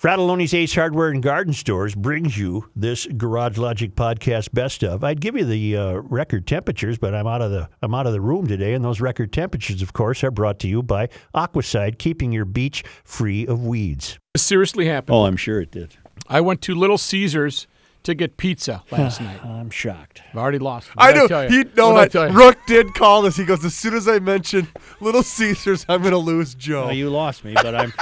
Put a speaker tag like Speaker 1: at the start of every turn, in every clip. Speaker 1: Fratelloni's Ace Hardware and Garden Stores brings you this Garage Logic podcast best of. I'd give you the uh, record temperatures, but I'm out of the I'm out of the room today, and those record temperatures, of course, are brought to you by Aquaside, keeping your beach free of weeds.
Speaker 2: This seriously happened.
Speaker 3: Oh, I'm sure it did.
Speaker 2: I went to Little Caesars to get pizza last night.
Speaker 1: I'm shocked.
Speaker 2: I've already lost.
Speaker 4: I
Speaker 2: What'd
Speaker 4: know.
Speaker 2: tell ya?
Speaker 4: He
Speaker 2: What'd
Speaker 4: no.
Speaker 2: I
Speaker 4: What
Speaker 2: tell ya?
Speaker 4: Rook did call this. He goes, as soon as I mention Little Caesars, I'm gonna lose Joe.
Speaker 3: Oh, you lost me, but I'm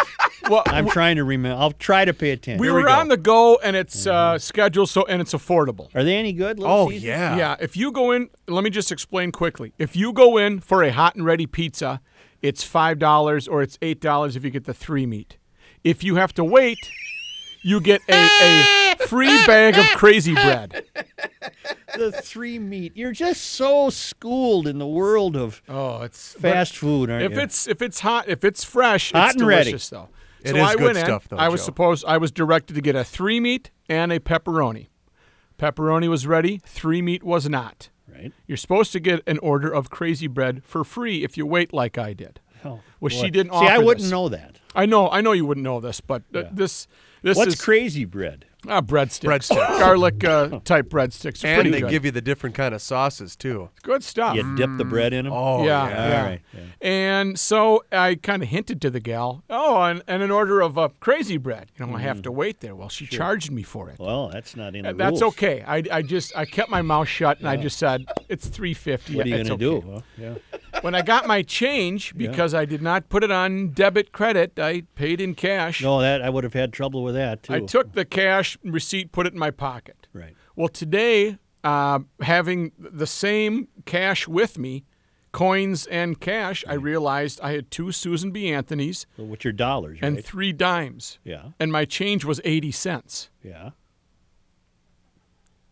Speaker 2: Well,
Speaker 3: I'm trying to remember. I'll try to pay attention.
Speaker 2: we
Speaker 4: Here
Speaker 2: were
Speaker 4: we go.
Speaker 2: on the go, and it's uh, scheduled, so and it's affordable.
Speaker 3: Are they any good? Little
Speaker 4: oh
Speaker 3: Caesars?
Speaker 4: yeah.
Speaker 2: Yeah. if you go in, let me just explain quickly. If you go in for a hot and ready pizza, it's five dollars or it's eight dollars if you get the three meat. If you have to wait, you get a, a free bag of crazy bread.
Speaker 3: the three meat. You're just so schooled in the world of
Speaker 2: Oh, it's
Speaker 3: fast food, aren't
Speaker 2: If
Speaker 3: you?
Speaker 2: it's if it's hot, if it's fresh,
Speaker 3: Hot
Speaker 2: it's
Speaker 3: and ready.
Speaker 2: delicious though.
Speaker 4: It
Speaker 2: so
Speaker 4: is
Speaker 2: I
Speaker 4: good
Speaker 2: went
Speaker 4: stuff,
Speaker 2: in.
Speaker 4: though,
Speaker 2: I was
Speaker 4: Joe.
Speaker 2: supposed I was directed to get a three meat and a pepperoni. Pepperoni was ready, three meat was not.
Speaker 3: right.
Speaker 2: You're supposed to get an order of crazy bread for free if you wait like I did.
Speaker 3: Oh,
Speaker 2: well, she
Speaker 3: boy.
Speaker 2: didn't
Speaker 3: See, I
Speaker 2: offer
Speaker 3: wouldn't
Speaker 2: this.
Speaker 3: know that.
Speaker 2: I know, I know you wouldn't know this, but uh, this this
Speaker 3: What's
Speaker 2: is
Speaker 3: crazy bread?
Speaker 2: ah, breadsticks,
Speaker 4: Breadsticks.
Speaker 2: garlic uh, type breadsticks. They're
Speaker 4: And
Speaker 2: pretty
Speaker 4: they
Speaker 2: good.
Speaker 4: give you the different kind of sauces too.
Speaker 2: good stuff.
Speaker 3: You dip the bread in them.
Speaker 4: Oh
Speaker 2: yeah,
Speaker 4: yeah.
Speaker 2: yeah.
Speaker 3: All right, yeah.
Speaker 2: And so I kind of hinted to the gal, oh, and, and an order of uh, crazy bread. You know, I
Speaker 3: Mm.
Speaker 2: have to wait there. Well, she charged me for it.
Speaker 3: Well, that's not in the
Speaker 2: And That's
Speaker 3: rules.
Speaker 2: okay. I, I just I kept my mouth shut and I just said it's three fifty.
Speaker 3: What are you
Speaker 2: it's
Speaker 3: gonna
Speaker 2: okay.
Speaker 3: do? Well, yeah.
Speaker 2: When I got my change because I did not put it on debit credit, I paid in cash.
Speaker 3: No, Oh, that I would have had trouble with that too.
Speaker 2: I took the cash receipt, put it in my pocket.
Speaker 3: Right.
Speaker 2: Well, today, uh, having the same cash with me, coins and cash, I realized I had two Susan B. Anthony's
Speaker 3: Well, with your dollars,
Speaker 2: and
Speaker 3: right?
Speaker 2: three dimes,
Speaker 3: yeah,
Speaker 2: and my change was 80 cents.
Speaker 3: yeah.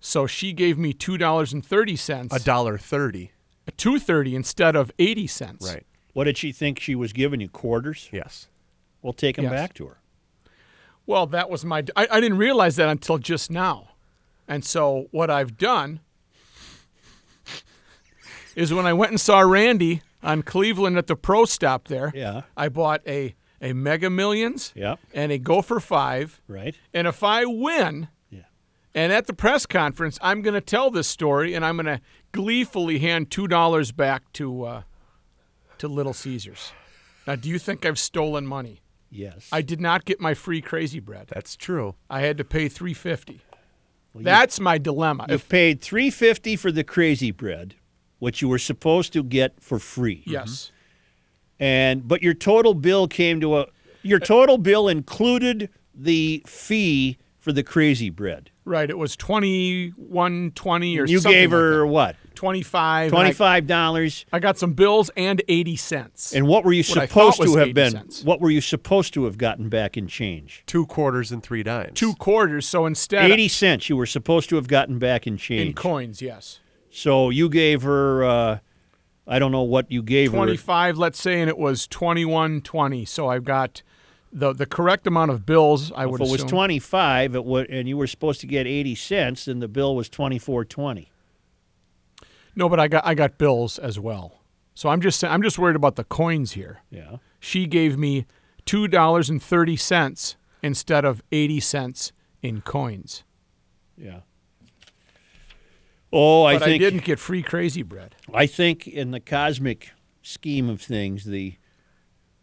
Speaker 2: So she gave me two dollars and thirty cents,
Speaker 4: A dollar thirty.
Speaker 2: two thirty instead of eighty cents.
Speaker 4: Right.
Speaker 3: What did she think she was giving you? Quarters?
Speaker 4: Yes.
Speaker 3: We'll take them
Speaker 2: Yes.
Speaker 3: back to her.
Speaker 2: Well, that was my. I, I didn't realize that until just now, and so what I've done is when I went and saw Randy on Cleveland at the Pro Stop there.
Speaker 3: Yeah.
Speaker 2: I bought a a Mega Millions
Speaker 3: Yep.
Speaker 2: and a Gopher Five,
Speaker 3: Right.
Speaker 2: and if I win,
Speaker 3: Yeah.
Speaker 2: and at the press conference, I'm going to tell this story, and I'm going to gleefully hand two dollars back to uh, to Little Caesars. Now, do you think I've stolen money?
Speaker 3: Yes.
Speaker 2: I did not get my free crazy bread.
Speaker 4: That's true.
Speaker 2: I had to pay three fifty.
Speaker 3: you-
Speaker 2: That's my dilemma.
Speaker 3: You
Speaker 2: Um, If-
Speaker 3: paid three fifty for the crazy bread, which you were supposed to get for free.
Speaker 2: yes,
Speaker 3: And but your total bill came to a your total bill included the fee for the crazy bread.
Speaker 2: right. It was twenty one twenty or
Speaker 3: You
Speaker 2: something
Speaker 3: gave her what?
Speaker 2: twenty five.
Speaker 3: Twenty five dollars.
Speaker 2: I got some bills and eighty cents.
Speaker 3: And what were you
Speaker 2: What I
Speaker 3: supposed
Speaker 2: thought was
Speaker 3: to have
Speaker 2: 80
Speaker 3: been?
Speaker 2: cents.
Speaker 3: What were you supposed to have gotten back in change?
Speaker 4: Two quarters and three dimes.
Speaker 2: two quarters. So instead,
Speaker 3: Eighty cents you were supposed to have gotten back in change.
Speaker 2: in coins. Yes,
Speaker 3: so you gave her, uh, I don't know what you gave
Speaker 2: twenty
Speaker 3: her.
Speaker 2: five. Let's say, and it was twenty one twenty. So I've got the the correct amount of bills. I would
Speaker 3: If it was
Speaker 2: assume.
Speaker 3: twenty five, it was, and you were supposed to get eighty cents, then the bill was twenty four twenty.
Speaker 2: No, but I got I got bills as well. So I'm just I'm just worried about the coins here.
Speaker 3: Yeah.
Speaker 2: she gave me two dollars and thirty cents instead of eighty cents in coins.
Speaker 3: Yeah. Oh, I
Speaker 2: But I,
Speaker 3: think I,
Speaker 2: didn't get free crazy bread.
Speaker 3: think in the cosmic scheme of things, the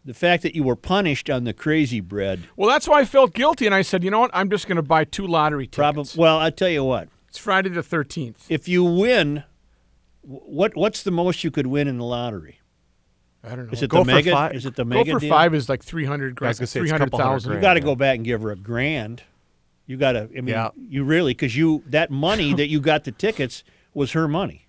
Speaker 3: the fact that you were punished on the crazy bread
Speaker 2: Well, that's why I felt guilty, and I said, you know what? I'm just going to buy two lottery tickets.
Speaker 3: probably. Well, I'll tell you what.
Speaker 2: It's Friday the thirteenth.
Speaker 3: If you win, wh- what what's the most you could win in the lottery?
Speaker 2: I don't know.
Speaker 3: Is it
Speaker 4: Go
Speaker 3: the
Speaker 4: for
Speaker 3: mega?
Speaker 4: five-
Speaker 3: Is it the
Speaker 2: Go
Speaker 3: mega
Speaker 2: for
Speaker 3: deal?
Speaker 2: five is like three hundred
Speaker 4: Yeah, I
Speaker 2: grand,
Speaker 4: was gonna say
Speaker 2: three
Speaker 4: it's a
Speaker 2: hundred
Speaker 4: couple hundred
Speaker 2: thousand.
Speaker 4: grand.
Speaker 3: You got to go back and give her a grand. You got to. I mean,
Speaker 4: Yeah.
Speaker 3: you really because you that money that you got the tickets was her money.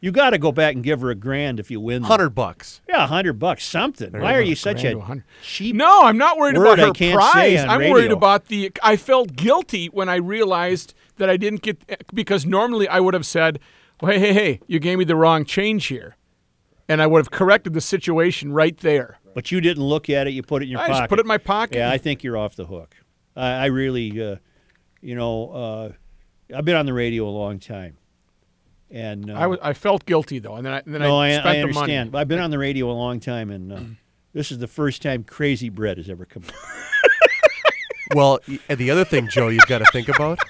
Speaker 3: You got to go back and give her a grand if you win. them.
Speaker 4: Hundred bucks.
Speaker 3: Yeah, a hundred bucks, something. Why
Speaker 2: you
Speaker 3: are
Speaker 2: go.
Speaker 3: you such
Speaker 2: Grand to a
Speaker 3: a
Speaker 2: hundred.
Speaker 3: cheap?
Speaker 2: No, I'm not worried
Speaker 3: Word I
Speaker 2: about her
Speaker 3: can't say
Speaker 2: prize.
Speaker 3: on
Speaker 2: I'm worried
Speaker 3: radio.
Speaker 2: about the. I felt guilty when I realized that I didn't get because normally I would have said, well, "Hey, hey, hey, you gave me the wrong change here," and I would have corrected the situation right there.
Speaker 3: But you didn't look at it. You put it in your
Speaker 2: I
Speaker 3: pocket.
Speaker 2: just put it in my pocket.
Speaker 3: Yeah, I think you're off the hook. I, I really, uh, you know, uh, I've been on the radio a long time, and uh,
Speaker 2: I, was, I felt guilty though, and then I, then
Speaker 3: no,
Speaker 2: I
Speaker 3: I,
Speaker 2: spent
Speaker 3: I
Speaker 2: the money.
Speaker 3: understand. But I've been on the radio a long time, and uh, this is the first time Crazy Bread has ever come.
Speaker 4: well, y- and the other thing, Joe, you've got to think about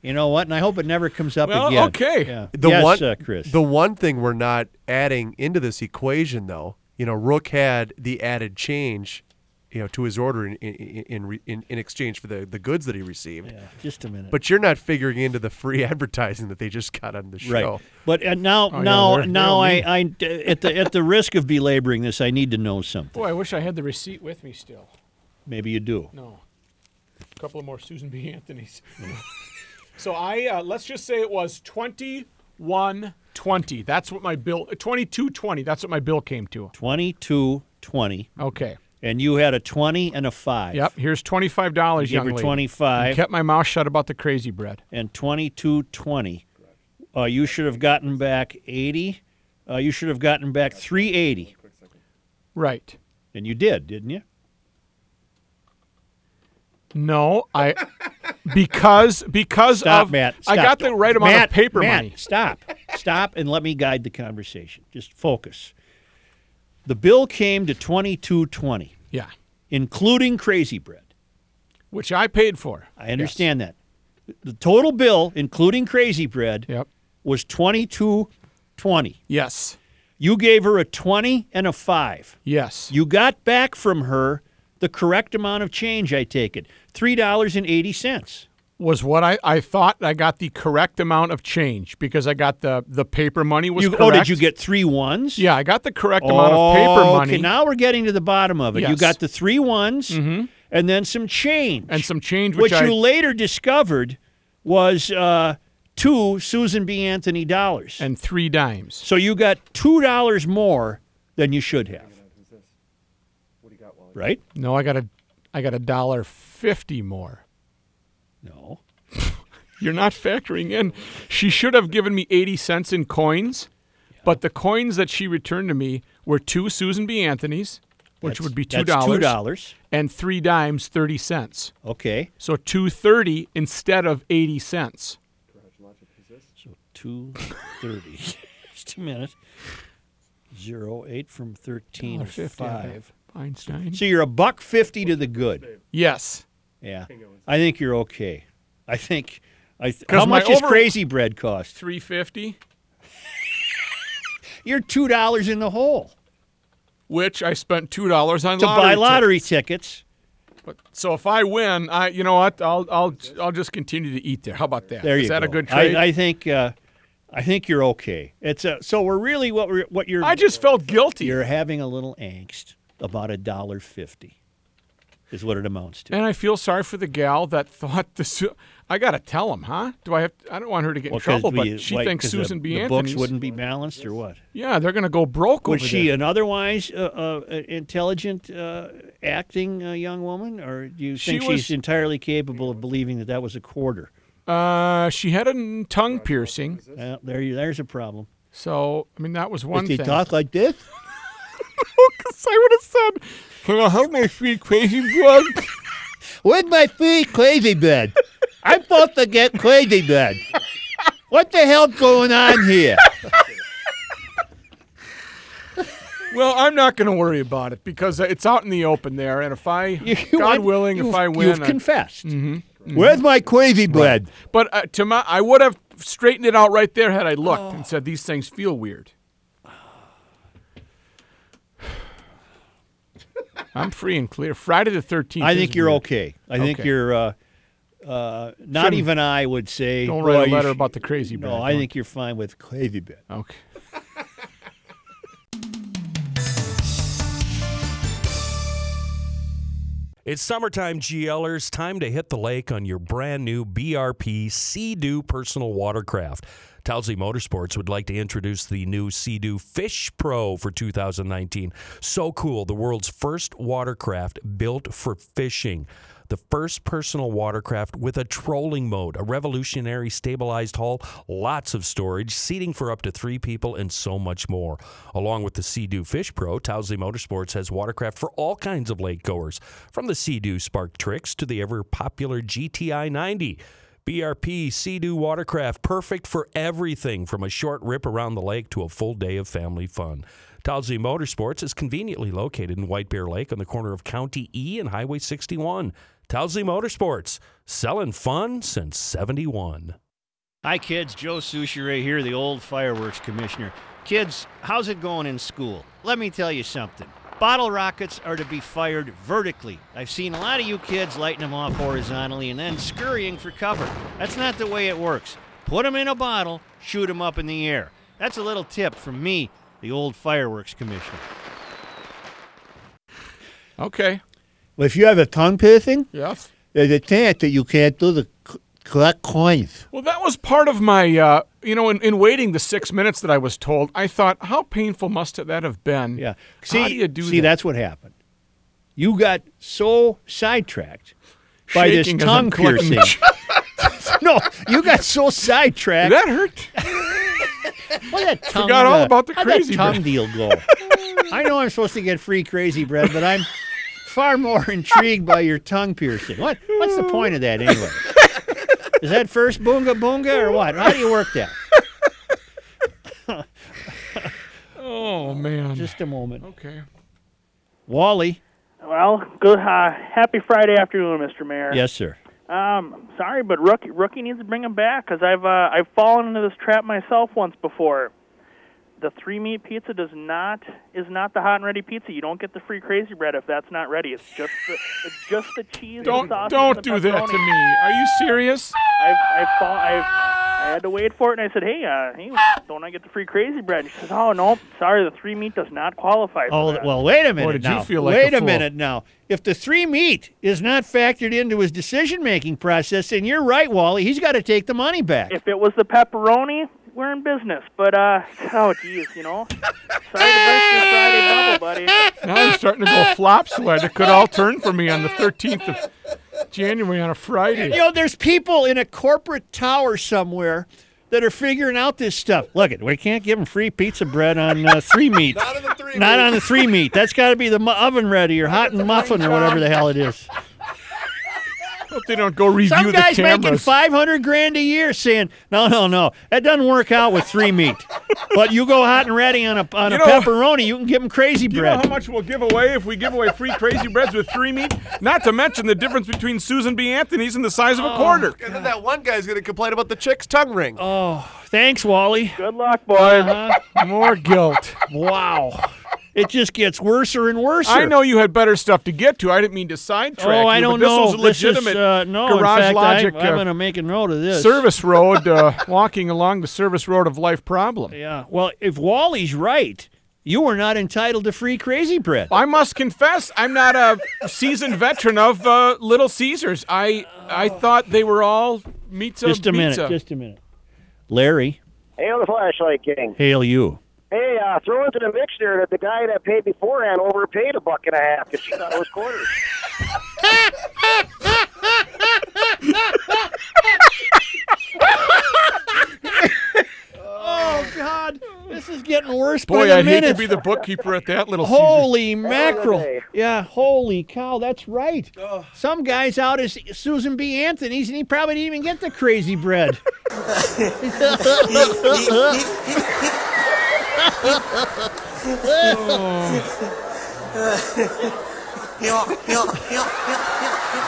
Speaker 3: You know what? And I hope it never comes up
Speaker 2: Well,
Speaker 3: again.
Speaker 2: okay.
Speaker 3: Yeah.
Speaker 4: the
Speaker 3: yes,
Speaker 4: one
Speaker 3: uh, Chris.
Speaker 4: The one thing we're not adding into this equation, though, you know, Rook had the added change, you know, to his order in in in, re- in, in exchange for the, the goods that he received.
Speaker 3: yeah, just a minute.
Speaker 4: But you're not figuring into the free advertising that they just got on the show.
Speaker 3: right. But uh, now,
Speaker 2: yeah,
Speaker 3: now,
Speaker 2: they're- they're
Speaker 3: now, I, I, at the at the risk of belaboring this, I need to know something.
Speaker 2: Boy, I wish I had the receipt with me still.
Speaker 3: Maybe you do.
Speaker 2: No. A couple of more Susan B. Anthony's. so I uh, let's just say it was twenty-one twenty. That's what my bill uh, twenty-two twenty. That's what my bill came to.
Speaker 3: Twenty-two, twenty,
Speaker 2: Okay.
Speaker 3: and you had a twenty and a five.
Speaker 2: Yep. Here's twenty-five dollars,
Speaker 3: Gave
Speaker 2: young
Speaker 3: her
Speaker 2: lady. I
Speaker 3: twenty-five.
Speaker 2: kept my mouth shut about the crazy bread.
Speaker 3: and 2220. Uh, you should have gotten back 80. Uh, you should have gotten back 380,
Speaker 2: Right.
Speaker 3: and you did, didn't you?
Speaker 2: No, I because because
Speaker 3: Stop,
Speaker 2: of
Speaker 3: Matt.
Speaker 2: I
Speaker 3: stop.
Speaker 2: got the right amount
Speaker 3: Matt,
Speaker 2: of paper
Speaker 3: Matt,
Speaker 2: money.
Speaker 3: Stop, stop, and let me guide the conversation. Just focus. The bill came to 2220,
Speaker 2: Yeah.
Speaker 3: including Crazy Bread.
Speaker 2: Which I paid for.
Speaker 3: I understand that. The total bill, including Crazy Bread,
Speaker 2: Yep.
Speaker 3: was 2220.
Speaker 2: Yes.
Speaker 3: You gave her a 20 and a five.
Speaker 2: Yes.
Speaker 3: You got back from her the correct amount of change, I take it. Three dollars and eighty cents.
Speaker 2: was what I, I thought I got the correct amount of change because I got the the paper money was
Speaker 3: You
Speaker 2: correct.
Speaker 3: oh, did you get three ones?
Speaker 2: Yeah, I got the correct amount of paper
Speaker 3: Oh,
Speaker 2: money
Speaker 3: Okay, now we're getting to the bottom of it. You
Speaker 2: Yes. Mm-hmm.
Speaker 3: got the three ones and then some change.
Speaker 2: and some change
Speaker 3: which
Speaker 2: which, I
Speaker 3: you later discovered was uh, two Susan B. Anthony dollars.
Speaker 2: and three dimes.
Speaker 3: so you got two dollars more than you should have. Right?
Speaker 2: No, I got a I got a dollar fifty more.
Speaker 3: No.
Speaker 2: You're not factoring in. She should have given me eighty cents in coins, but the coins that she returned to me were two Susan B. Anthony's, which would be two
Speaker 3: That's two
Speaker 2: dollars,
Speaker 3: dollars.
Speaker 2: and three dimes thirty cents.
Speaker 3: Okay.
Speaker 2: So two thirty instead of eighty cents.
Speaker 3: two thirty. Just a minute. Zero eight from thirteen five.
Speaker 2: Einstein.
Speaker 3: So you're a buck fifty to the good.
Speaker 2: Yes.
Speaker 3: Yeah, I think you're okay. I think. I th-
Speaker 2: 'Cause
Speaker 3: how
Speaker 2: my
Speaker 3: much does
Speaker 2: over-
Speaker 3: crazy bread cost?
Speaker 2: 350,
Speaker 3: You're two dollars in the hole
Speaker 2: which I spent $2 on lottery
Speaker 3: to buy
Speaker 2: ticket.
Speaker 3: lottery tickets.
Speaker 2: But, so if I win, I you know what? I'll I'll I'll just continue to eat there. How about that?
Speaker 3: There you
Speaker 2: Is that a
Speaker 3: go.
Speaker 2: good trade?
Speaker 3: I, I think. Uh, I think you're okay. It's a, so we're really what we're what you're.
Speaker 2: I just felt guilty.
Speaker 3: you're having a little angst about a dollar fifty, is what it amounts to.
Speaker 2: and I feel sorry for the gal that thought this. I gotta tell him, huh? Do I have? I don't want her to get in
Speaker 3: 'cause
Speaker 2: trouble,
Speaker 3: we-
Speaker 2: but she
Speaker 3: why-
Speaker 2: thinks
Speaker 3: 'cause the-
Speaker 2: Susan B.
Speaker 3: The
Speaker 2: Anthony's.
Speaker 3: books wouldn't be balanced, or what?
Speaker 2: Yeah, they're gonna go broke
Speaker 3: Was
Speaker 2: over
Speaker 3: she
Speaker 2: there.
Speaker 3: an otherwise uh, uh, intelligent uh, acting uh, young woman, or do you
Speaker 2: She
Speaker 3: think she's
Speaker 2: was-
Speaker 3: entirely capable of believing that that was a quarter?
Speaker 2: Uh, she had a n- tongue piercing,
Speaker 3: Uh, there, you, there's a problem.
Speaker 2: so I mean that was one
Speaker 3: Did they
Speaker 2: thing.
Speaker 3: talk like this?
Speaker 2: Because I would have said, "Can I have my free crazy bread?"
Speaker 3: With my free crazy bed, I'm supposed to get crazy bed. What the hell's going on here?
Speaker 2: Well, I'm not going to worry about it because it's out in the open there, and if I, God
Speaker 3: I-
Speaker 2: willing, if
Speaker 3: you've-
Speaker 2: I
Speaker 3: you've
Speaker 2: win, uh, Mm-hmm, I-
Speaker 3: confessed. Where's my crazy bed?
Speaker 2: but uh, to my, I would have straightened it out right there had I looked and said these things feel weird. I'm free and clear. Friday the 13th.
Speaker 3: I
Speaker 2: is
Speaker 3: think you're
Speaker 2: weird.
Speaker 3: okay. I think
Speaker 2: Okay.
Speaker 3: you're. Uh, uh, not
Speaker 2: Shouldn't-
Speaker 3: even I would say.
Speaker 2: Don't write
Speaker 3: "Boy,
Speaker 2: a
Speaker 3: you
Speaker 2: letter
Speaker 3: sh-
Speaker 2: about the crazy bread.
Speaker 3: No, I think you're fine with crazy bed.
Speaker 2: Okay.
Speaker 5: It's summertime, GLers. Time to hit the lake on your brand new BRP Sea-Doo personal watercraft. Towsley Motorsports would like to introduce the new Sea-Doo Fish Pro for 2019. So cool, the world's first watercraft built for fishing. The first personal watercraft with a trolling mode, a revolutionary stabilized hull, lots of storage, seating for up to three people, and so much more. Along with the Sea-Doo Fish Pro, Towsley Motorsports has watercraft for all kinds of lakegoers, from the Sea-Doo Spark Tricks to the ever popular GTI 90. BRP Sea-Doo Watercraft, perfect for everything from a short rip around the lake to a full day of family fun. Dowsley Motorsports is conveniently located in White Bear Lake on the corner of County E and Highway 61. Dowsley Motorsports, selling fun since 71.
Speaker 6: Hi, kids. Joe Souchere here, the old fireworks commissioner. Kids, how's it going in school? Let me tell you something. Bottle rockets are to be fired vertically. I've seen a lot of you kids lighting them off horizontally and then scurrying for cover. That's not the way it works. Put them in a bottle, shoot them up in the air. That's a little tip from me, the old fireworks commissioner.
Speaker 2: Okay.
Speaker 3: Well, if you have a tongue piercing,
Speaker 2: Yes.
Speaker 3: there's a chance that you can't do the c- correct coins.
Speaker 2: Well, that was part of my, uh, you know, in, in waiting the six minutes that I was told, I thought, how painful must that have been?
Speaker 3: Yeah. See,
Speaker 2: See, how do you do
Speaker 3: see,
Speaker 2: that?
Speaker 3: that's what happened. You got so sidetracked by this
Speaker 2: Shaking as I'm
Speaker 3: tongue
Speaker 2: collecting-
Speaker 3: piercing. no, you got so sidetracked.
Speaker 2: Did that hurt?
Speaker 3: Where that tongue,
Speaker 2: forgot all about the
Speaker 3: how'd
Speaker 2: crazy
Speaker 3: that tongue
Speaker 2: bread.
Speaker 3: deal go. I know I'm supposed to get free crazy bread, but I'm far more intrigued by your tongue piercing. What? What's the point of that anyway? Is that first boonga boonga or what? How do you work that?
Speaker 2: Oh, man.
Speaker 3: Just a moment,
Speaker 2: okay.
Speaker 3: Wally.
Speaker 7: Well, good. Uh, happy Friday afternoon, Mr. Mayor.
Speaker 3: Yes, sir.
Speaker 7: Um, sorry, but rookie rookie needs to bring him back because I've uh, I've fallen into this trap myself once before. The three meat pizza does not is not the hot and ready pizza. You don't get the free crazy bread if that's not ready. It's just the it's just the cheese.
Speaker 2: Don't
Speaker 7: the sausage
Speaker 2: don't
Speaker 7: and
Speaker 2: do
Speaker 7: the
Speaker 2: that to
Speaker 7: pepperoni.
Speaker 2: me. Are you serious?
Speaker 7: I've I've, fall, I've I had to wait for it, and I said, "Hey, uh, hey, don't I get the free crazy bread?" And she says, "Oh no, sorry, the three meat does not qualify." For
Speaker 3: Oh
Speaker 7: that.
Speaker 3: well, wait a minute
Speaker 2: did you
Speaker 3: now.
Speaker 2: feel like
Speaker 3: wait
Speaker 2: a
Speaker 3: a
Speaker 2: fool?
Speaker 3: minute now. If the three meat is not factored into his decision-making process, then you're right, Wally. He's got to take the money back.
Speaker 7: If it was the pepperoni, we're in business. But uh, oh geez, you know. Sorry to burst your Friday bubble, buddy.
Speaker 2: Now I'm starting to go flop sweat. It could all turn for me on the 13th of January on a Friday.
Speaker 3: You know, there's people in a corporate tower somewhere that are figuring out this stuff. Look, it we can't give them free pizza bread on uh, three meat. Not on the three. Not meat. on the three meat. That's got to be the mu- oven ready or hot and muffin or whatever the hell it is.
Speaker 2: Hope they don't go review
Speaker 3: Some
Speaker 2: the
Speaker 3: guy's
Speaker 2: cameras.
Speaker 3: making 500 grand a year saying, "No, no, no, that doesn't work out with three meat." but you go hot and ready on a on a
Speaker 2: You know-
Speaker 3: pepperoni, you can give them crazy
Speaker 2: you know
Speaker 3: bread.
Speaker 2: how much we'll give away if we give away free crazy breads with three meat? Not to mention the difference between Susan B. Anthony's and the size of
Speaker 3: Oh.
Speaker 2: a quarter.
Speaker 4: And then that one guy's going to complain about the chick's tongue ring.
Speaker 3: oh, Thanks, Wally.
Speaker 7: Good luck, boys.
Speaker 2: More guilt.
Speaker 3: Wow, Uh-huh. it just gets worse and worse.
Speaker 2: I know you had better stuff to get to. I didn't mean to sidetrack
Speaker 3: Oh,
Speaker 2: you,
Speaker 3: I
Speaker 2: but
Speaker 3: don't
Speaker 2: this
Speaker 3: know.
Speaker 2: was a legitimate
Speaker 3: this is, uh, no, in
Speaker 2: Garage
Speaker 3: fact,
Speaker 2: Logic
Speaker 3: I, I'm
Speaker 2: uh,
Speaker 3: going to make a note of this.
Speaker 2: service road, uh, walking along the service road of life problem.
Speaker 3: Yeah. Well, if Wally's right, you are not entitled to free crazy bread.
Speaker 2: I must confess, I'm not a seasoned veteran of uh, Little Caesars. I I thought they were all pizza.
Speaker 3: Just a minute.
Speaker 2: pizza.
Speaker 3: Just a minute. Larry,
Speaker 8: Hail the flashlight king.
Speaker 3: hail you.
Speaker 8: Hey, uh, throw into the mix there that the guy that paid beforehand overpaid a buck and a half because she thought it was quarters.
Speaker 3: Oh God, this is getting worse by
Speaker 2: Boy,
Speaker 3: the
Speaker 2: I'd hate to
Speaker 3: minute.
Speaker 2: be the bookkeeper at that Little Caesars.
Speaker 3: Holy mackerel!
Speaker 8: day.
Speaker 3: Yeah, holy cow, that's right. Some guy's out as Susan B. Anthony's, and he probably didn't even get the crazy bread.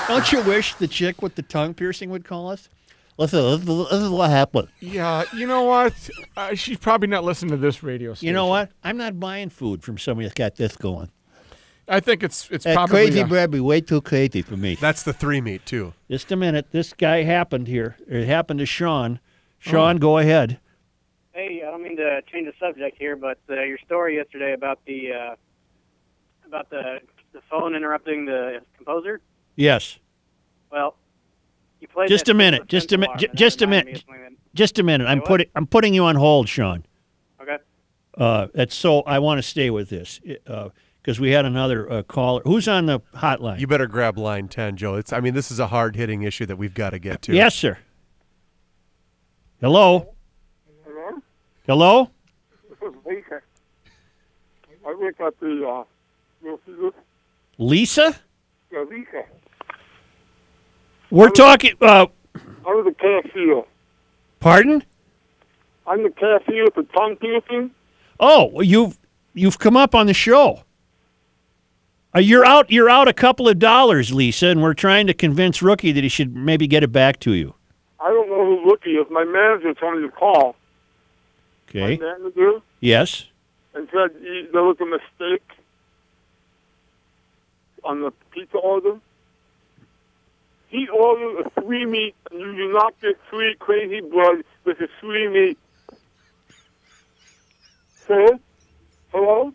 Speaker 3: Don't you wish the chick with the tongue piercing would call us? Listen, this is, this is what happened.
Speaker 2: Yeah, you know what? Uh, she's probably not listening to this radio station.
Speaker 3: You know what? I'm not buying food from somebody that's got this going.
Speaker 2: I think it's it's
Speaker 3: That
Speaker 2: probably
Speaker 3: crazy
Speaker 2: uh,
Speaker 3: bread be way too crazy for me.
Speaker 4: That's the three meat too.
Speaker 3: Just a minute. This guy happened here. It happened to Sean.
Speaker 4: Oh.
Speaker 3: Sean, go ahead.
Speaker 8: Hey, I don't mean to change the subject here, but uh, your story yesterday about the uh, about the the phone interrupting the composer.
Speaker 3: Yes.
Speaker 8: Well, you played.
Speaker 3: Just
Speaker 8: that
Speaker 3: a minute,
Speaker 8: Christmas
Speaker 3: just a mi-
Speaker 8: alarm,
Speaker 3: ju-
Speaker 8: and that
Speaker 3: just a
Speaker 8: reminded
Speaker 3: minute.
Speaker 8: me of something
Speaker 3: Just a minute. I'm
Speaker 8: what?
Speaker 3: putting I'm putting you on hold, Sean.
Speaker 8: that- Okay.
Speaker 3: Uh, that's so I want to stay with this uh, because we had another uh, caller. Who's on the hotline?
Speaker 4: You better grab line ten, Joe. It's I mean this is a hard hitting issue that we've got to get to.
Speaker 3: yes, sir. Hello. Hello. Hello.
Speaker 9: Lisa. I work at the uh, the
Speaker 3: Lisa.
Speaker 9: the Lisa.
Speaker 3: We're talking. Uh,
Speaker 9: I was a cashier.
Speaker 3: pardon.
Speaker 9: I'm the cashier for tongue piercing.
Speaker 3: Oh, you You've come up on the show. Uh, you're out. You're out a couple of dollars, Lisa, and we're trying to convince Rookie that he should maybe get it back to you.
Speaker 9: I don't know who Rookie is. My manager told me to call.
Speaker 3: Okay.
Speaker 9: My manager
Speaker 3: Yes.
Speaker 9: and said "You- there was a mistake on the pizza order. He ordered a three meat, and you do not get three crazy bread with a three meat. Sir? Hello?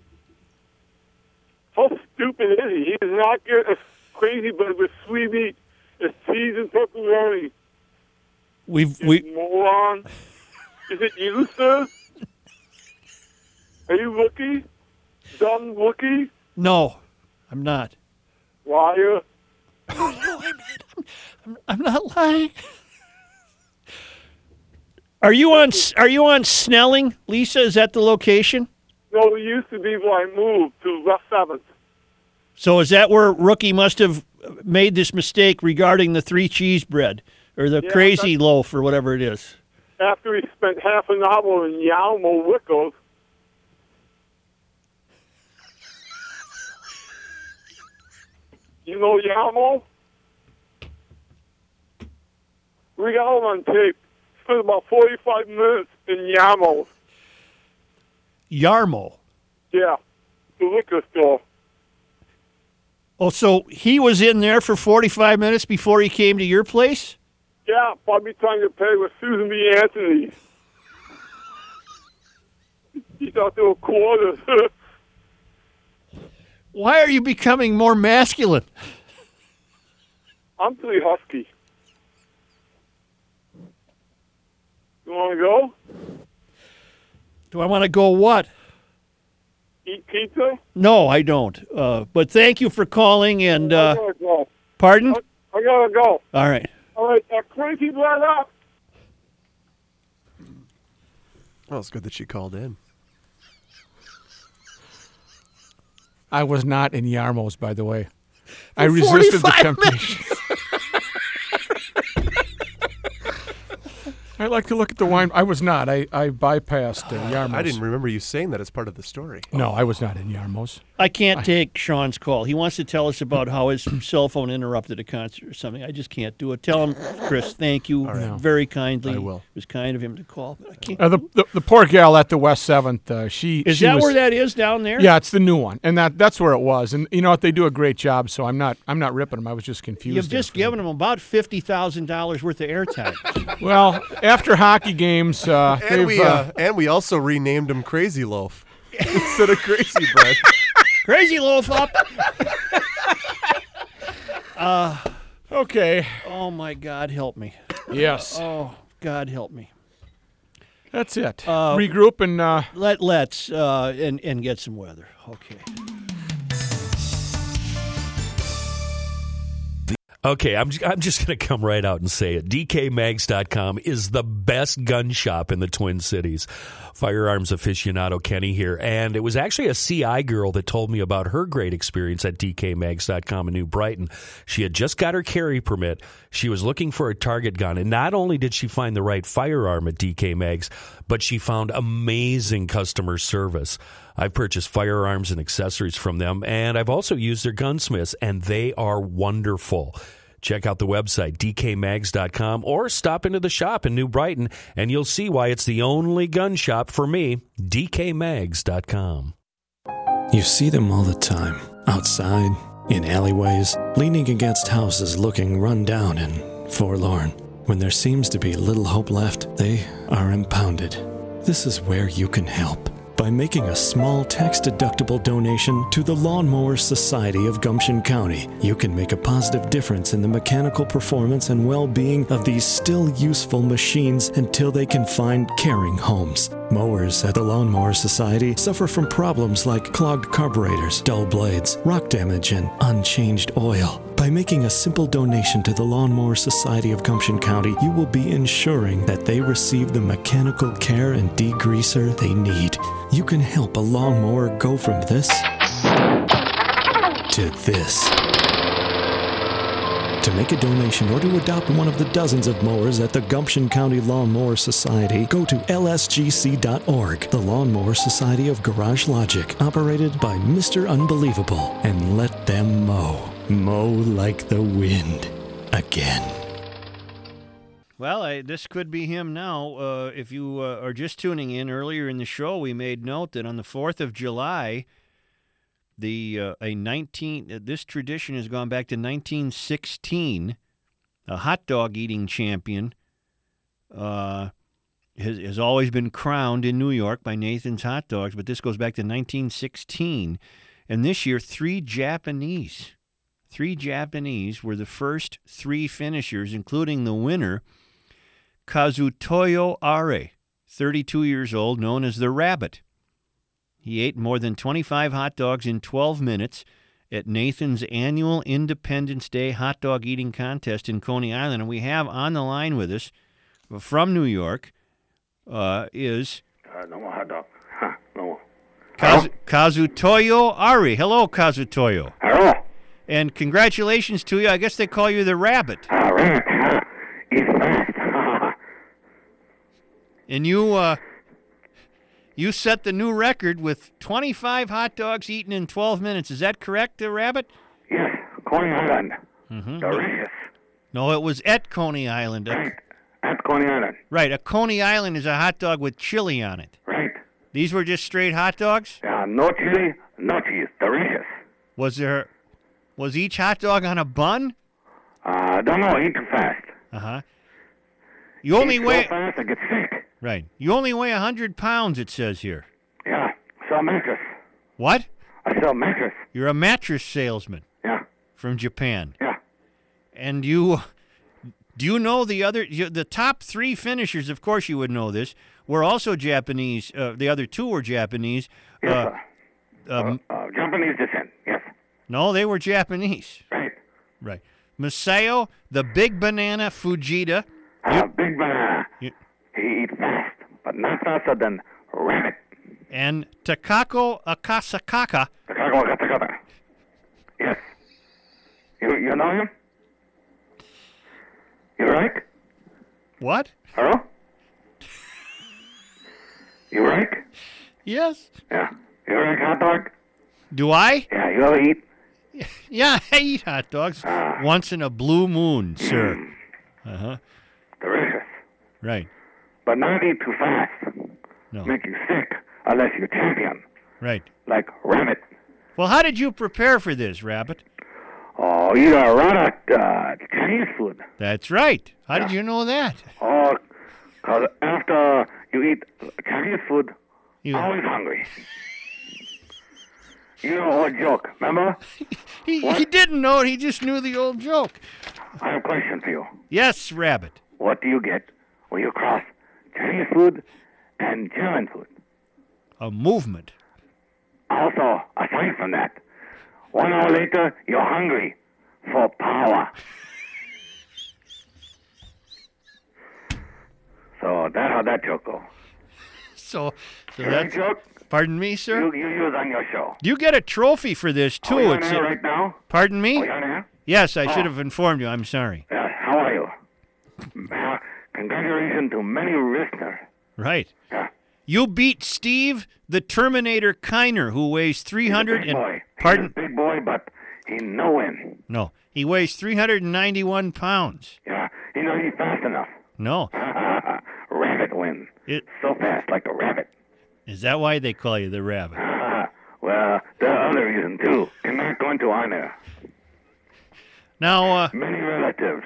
Speaker 9: How stupid is he? He does not get a crazy bread with three meat. It's cheese and pepperoni.
Speaker 3: We've
Speaker 9: You
Speaker 3: we
Speaker 9: moron. Is it you, sir? Are you rookie? Dumb rookie?
Speaker 3: no. I'm not.
Speaker 9: Liar?
Speaker 3: I'm not lying. Are you on? Are you on Snelling, Lisa? Is that the location?
Speaker 9: No, it used to be when I moved to West 7th.
Speaker 3: So is that where Rookie must have made this mistake regarding the three cheese bread or the crazy loaf or whatever it is?
Speaker 9: After he spent half an hour in Yalmo Wickles, you know Yalmo? We got him on tape. Spent about 45 minutes in Yalmo.
Speaker 3: Yarmo.
Speaker 9: Yeah, the liquor store.
Speaker 3: Oh, so he was in there for 45 minutes before he came to your place?
Speaker 9: Yeah, probably trying to play with Susan B. Anthony. He thought they were quarters.
Speaker 3: Why are you becoming more masculine?
Speaker 9: I'm pretty husky. You want to go?
Speaker 3: Do I want to go what?
Speaker 9: Eat pizza?
Speaker 3: No, I don't. Uh, but thank you for calling and
Speaker 9: I
Speaker 3: uh,
Speaker 9: gotta go.
Speaker 3: pardon?
Speaker 9: I gotta go.
Speaker 3: All right.
Speaker 9: All right, that crazy blood up.
Speaker 4: Well, it's good that she called in.
Speaker 2: I was not in Yarmo's, by the way. I resisted the
Speaker 3: 45
Speaker 2: temptation. I like to look at the wine. I was not. I, I bypassed uh, Yarmo's.
Speaker 4: I didn't remember you saying that as part of the story.
Speaker 2: No, I was not in Yarmo's.
Speaker 3: I can't take Sean's call. He wants to tell us about how his cell phone interrupted a concert or something. I just can't do it. Tell him, Chris, thank you very kindly.
Speaker 4: I will.
Speaker 3: It was kind of him to call, but I can't.
Speaker 2: Uh, the, the the poor gal at the West Seventh. Uh, she
Speaker 3: Is
Speaker 2: she
Speaker 3: that
Speaker 2: was-
Speaker 3: where that is down there?
Speaker 2: Yeah, it's the new one, and that that's where it was. And you know what? They do a great job. So I'm not I'm not ripping them. I was just confused.
Speaker 3: You've
Speaker 2: there
Speaker 3: just
Speaker 2: for a minute.
Speaker 3: given him about fifty thousand dollars worth of airtime.
Speaker 2: Well, after hockey games, uh,
Speaker 4: And
Speaker 2: they've,
Speaker 4: we,
Speaker 2: uh,
Speaker 4: uh, and we also renamed him Crazy Loaf instead of Crazy Bread.
Speaker 3: Crazy loaf up.
Speaker 2: Uh, okay.
Speaker 3: Oh my God, help me.
Speaker 2: Yes,
Speaker 3: Oh God, help me.
Speaker 2: that's it. Regroup and uh,
Speaker 3: Let let's uh, and and get some weather. Okay.
Speaker 5: Okay, I'm I'm just going to come right out and say it. DKMags.com is the best gun shop in the Twin Cities. Firearms aficionado Kenny here, and it was actually a CI girl that told me about her great experience at DKMags.com in New Brighton. She had just got her carry permit. She was looking for a target gun, and not only did she find the right firearm at DK Mags, but she found amazing customer service. I've purchased firearms and accessories from them, and I've also used their gunsmiths, and they are wonderful. Check out the website, dkmags.com, or stop into the shop in New Brighton, and you'll see why it's the only gun shop for me, dkmags.com.
Speaker 10: You see them all the time outside, in alleyways, leaning against houses looking run down and forlorn. When there seems to be little hope left, they are impounded. This is where you can help by making a small tax deductible donation to the Lawnmower Society of Gumption County. You can make a positive difference in the mechanical performance and well being of these still useful machines until they can find caring homes. Mowers at the Lawnmower Society suffer from problems like clogged carburetors, dull blades, rock damage, and unchanged oil. By making a simple donation to the Lawnmower Society of Gumption County, you will be ensuring that they receive the mechanical care and degreaser they need. You can help a lawnmower go from this to this To make a donation or to adopt one of the dozens of mowers at the Gumption County Lawnmower Society, go to lsgc.org, the Lawnmower Society of Garage Logic, operated by Mr. Unbelievable, and let them mow. Mow like the wind. Again.
Speaker 3: Well, I, this could be him now. Uh, if you uh, are just tuning in earlier in the show, we made note that on the 4th of July, the uh, a 19 uh, this tradition has gone back to 1916. A hot dog eating champion uh, has, has always been crowned in New York by Nathan's Hot Dogs, but this goes back to 1916. And this year, three Japanese, three Japanese were the first three finishers, including the winner, Kazutoyo Are, 32 years old, known as the Rabbit. He ate more than 25 hot dogs in 12 minutes at Nathan's annual Independence Day hot dog eating contest in Coney Island. And we have on the line with us from New York uh, is
Speaker 11: Uh, no more hot dog. Huh, no more.
Speaker 3: Kazu- Kazutoyo Ari. Hello, Kazutoyo. Hello. And congratulations to you. I guess they call you the rabbit. and you, uh, you set the new record with 25 hot dogs eaten in 12 minutes. Is that correct, the rabbit?
Speaker 11: Coney Island.
Speaker 3: Mm-hmm.
Speaker 11: Delicious.
Speaker 3: No, it was at Coney Island. Right.
Speaker 11: At Coney Island.
Speaker 3: Right. A Coney Island is a hot dog with chili on it.
Speaker 11: Right.
Speaker 3: These were just straight hot dogs?
Speaker 11: Yeah, no chili, no cheese. Delicious.
Speaker 3: Was there was each hot dog on a bun?
Speaker 11: Uh, I don't know. Eat too fast.
Speaker 3: Uh huh. You only
Speaker 11: eat so
Speaker 3: weigh
Speaker 11: fast, I get sick.
Speaker 3: right. You only weigh hundred pounds. It says here.
Speaker 11: Yeah. Sell mattress.
Speaker 3: What?
Speaker 11: I sell mattress.
Speaker 3: You're a mattress salesman
Speaker 11: Yeah.
Speaker 3: from Japan,
Speaker 11: Yeah.
Speaker 3: and you do you know the other you- the top three finishers? Of course, you would know this. Were also Japanese. Uh, the other two were Japanese.
Speaker 11: Yes,
Speaker 3: uh,
Speaker 11: sir.
Speaker 3: um,
Speaker 11: Uh, Japanese descent. Yes.
Speaker 3: no, they were Japanese.
Speaker 11: Right.
Speaker 3: Right. Masao, the big banana Fujita.
Speaker 11: Uh, big banana.
Speaker 3: You-
Speaker 11: He eat fast, but not faster than rabbit.
Speaker 3: and Takako Akasakaka.
Speaker 11: Chicago got together. Yes. You you know him? You right?
Speaker 3: What?
Speaker 11: Hello? You right?
Speaker 3: Yes.
Speaker 11: Yeah. You like hot dog?
Speaker 3: Do I?
Speaker 11: Yeah, you ever eat?
Speaker 3: Yeah, I eat hot dogs
Speaker 11: Ah,
Speaker 3: once in a blue
Speaker 11: Mm.
Speaker 3: moon, sir. Uh huh.
Speaker 11: Delicious.
Speaker 3: Right.
Speaker 11: But not eat too fast.
Speaker 3: No.
Speaker 11: Make you sick unless you're champion.
Speaker 3: Right.
Speaker 11: Like rabbit.
Speaker 3: Well, how did you prepare for this, Rabbit?
Speaker 11: Oh, eat a lot of uh, Chinese food.
Speaker 3: That's right. How did you know that?
Speaker 11: Oh, 'cause after you eat Chinese food,
Speaker 3: You-
Speaker 11: always hungry. You know old joke, remember?
Speaker 3: He, he didn't know it. He just knew the old joke.
Speaker 11: I have a question for you.
Speaker 3: Yes, Rabbit.
Speaker 11: What do you get when you cross Chinese food and German food?
Speaker 3: A movement.
Speaker 11: Also, aside from that, one hour later, you're hungry for power. so that's how that joke goes.
Speaker 3: So, so
Speaker 11: That
Speaker 3: that's.
Speaker 11: joke
Speaker 3: Pardon me,
Speaker 11: you, Oh,
Speaker 3: sir.
Speaker 11: you use on your show.
Speaker 3: You get a trophy for this too.
Speaker 11: Are we on
Speaker 3: It's
Speaker 11: air
Speaker 3: a-
Speaker 11: right now? Oh,
Speaker 3: Pardon
Speaker 11: Are
Speaker 3: me.
Speaker 11: we on air? Oh.
Speaker 3: Yes, I should have informed you. I'm sorry.
Speaker 11: Yeah, how are you? Uh, Congratulations to many listeners.
Speaker 3: Right.
Speaker 11: Yeah.
Speaker 3: You beat Steve the Terminator Kiner, who weighs
Speaker 11: He's a
Speaker 3: 300
Speaker 11: big
Speaker 3: and
Speaker 11: boy. He's
Speaker 3: pardon.
Speaker 11: a big boy, but he no win.
Speaker 3: No, he weighs 391 pounds.
Speaker 11: Yeah, he know he's fast enough.
Speaker 3: No,
Speaker 11: rabbit win.
Speaker 3: it,
Speaker 11: So fast, like a rabbit.
Speaker 3: is that why they call you the rabbit?
Speaker 11: Uh, well, the other reason too. Cannot go into honor.
Speaker 3: Now, uh,
Speaker 11: Many relatives.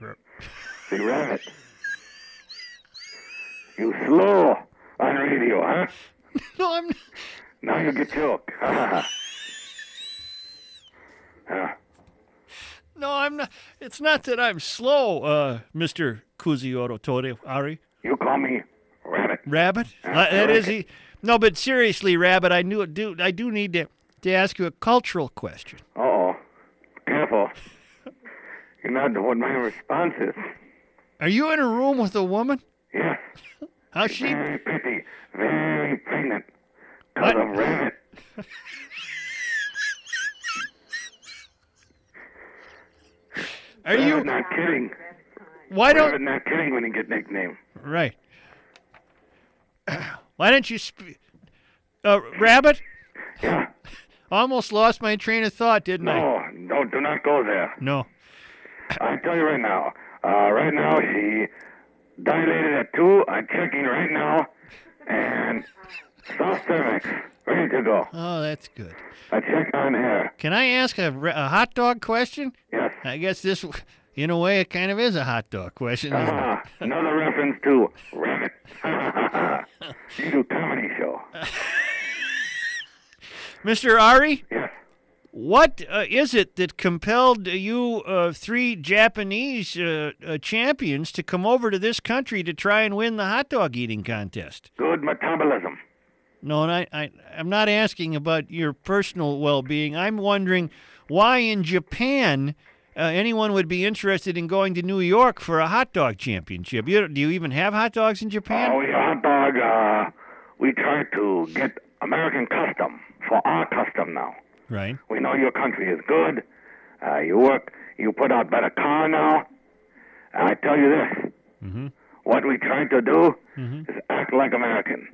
Speaker 11: The rabbit. You slow on radio, huh?
Speaker 3: no, I'm.
Speaker 11: Now you get joke. yeah.
Speaker 3: No, I'm not. It's not that I'm slow, uh, Mr. Kuzioro Tore Ari.
Speaker 11: You call me rabbit.
Speaker 3: Rabbit? Uh, that is he. No, but seriously, Rabbit, I knew it. Do I do need to to ask you a cultural question?
Speaker 11: Uh oh. Careful. You know what my response is.
Speaker 3: Are you in a room with a woman?
Speaker 11: Yes.
Speaker 3: How's she?
Speaker 11: Very pretty. Very pregnant. Cause of rabbit.
Speaker 12: Are you-
Speaker 11: not kidding?
Speaker 12: Why don't-
Speaker 11: Rabbit not kidding when you get nicknamed?
Speaker 12: Right. Why didn't you, sp- uh, Rabbit?
Speaker 3: Almost lost my train of thought, didn't
Speaker 11: No, no, do not go there.
Speaker 12: No.
Speaker 11: I tell you right now. Uh, right now she dilated at two. I'm checking right now, and soft cervix ready to go.
Speaker 3: Oh, that's good.
Speaker 11: I checked on her.
Speaker 3: Can I ask a, re- a hot dog question?
Speaker 11: Yes.
Speaker 3: I guess this, in a way, it kind of is a hot dog question, isn't it?
Speaker 11: Ah, another reference to rabbit. you do comedy show.
Speaker 3: Mr. Ari?
Speaker 11: Yes.
Speaker 3: What uh, is it that compelled you uh, three Japanese uh, uh, champions to come over to this country to try and win the hot dog eating contest?
Speaker 11: Good metabolism.
Speaker 3: No, and I, I, I'm not asking about your personal well being. I'm wondering why in Japan uh, anyone would be interested in going to New York for a hot dog championship. You, do you even have hot dogs in Japan?
Speaker 11: Oh, we hot dog. Uh, we try to get American custom for our custom now.
Speaker 3: Right.
Speaker 11: We know your country is good. Uh, you work. You put out better car now. And I tell you this: what we try to do is act like American.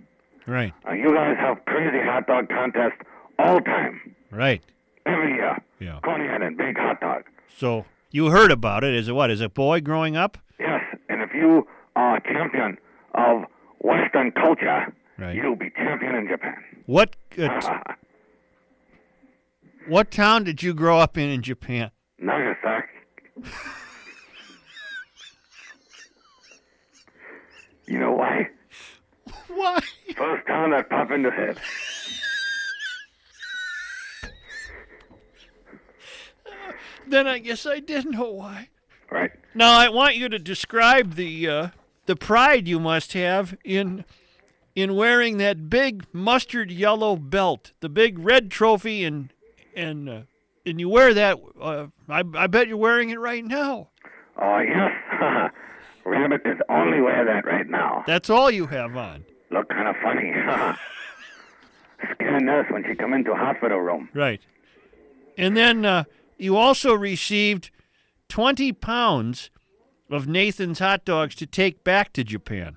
Speaker 3: Right.
Speaker 11: Uh, you guys have crazy hot dog contest all time,
Speaker 3: Right.
Speaker 11: every year.
Speaker 3: Yeah.
Speaker 11: Coney Island, big hot dog.
Speaker 3: So you heard about it as a what? As a boy growing up?
Speaker 11: Yes, and if you are champion of Western culture, you'll be champion in Japan.
Speaker 3: What uh, t- what town did you grow up in in Japan?
Speaker 11: Nagasaki. you know why?
Speaker 3: Why?
Speaker 11: First town that popped into head.
Speaker 3: Then I guess I did know why.
Speaker 11: Right.
Speaker 3: Now I want you to describe the uh, the pride you must have in in wearing that big mustard yellow belt, the big red trophy, and and uh, and you wear that. Uh, I I bet you're wearing it right now.
Speaker 11: Oh, yes. Rabbit is only wear that right now.
Speaker 3: That's all you have on.
Speaker 11: Look kind of funny. Scare nurse when she come into hospital room.
Speaker 3: Right. And then uh, you also received 20 pounds of Nathan's hot dogs to take back to Japan.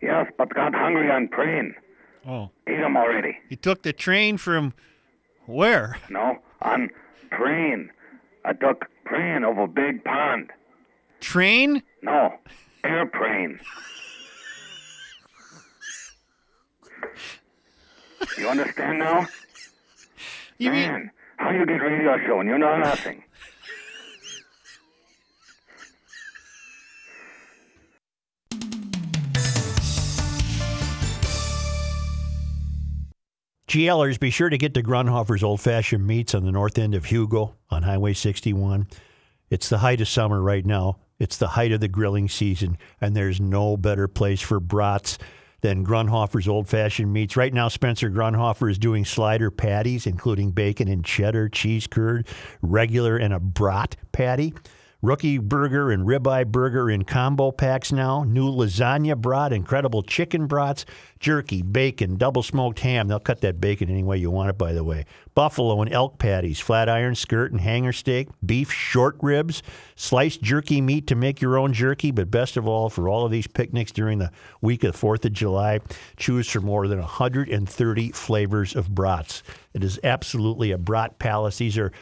Speaker 11: Yes, but got hungry on praying.
Speaker 3: Oh.
Speaker 11: Eat 'em already.
Speaker 3: You took the train from where?
Speaker 11: No, on praying. I took praying over big pond.
Speaker 3: Train?
Speaker 11: No, airplane. You understand now?
Speaker 3: You
Speaker 11: Man, how you get radio show and you know nothing?
Speaker 1: GLers, be sure to get to Grunhofer's Old Fashioned Meats on the north end of Hugo on Highway 61. It's the height of summer right now. It's the height of the grilling season, and there's no better place for brats than Grunhofer's Old Fashioned Meats. Right now, Spencer Grunhofer is doing slider patties, including bacon and cheddar, cheese curd, regular, and a brat patty. Rookie burger and ribeye burger in combo packs now. New lasagna brat, incredible chicken brats, jerky, bacon, double smoked ham. They'll cut that bacon any way you want it, by the way. Buffalo and elk patties, flat iron skirt and hanger steak, beef short ribs, sliced jerky meat to make your own jerky. But best of all, for all of these picnics during the week of 4th of July, choose from more than 130 flavors of brats. It is absolutely a brat palace. These are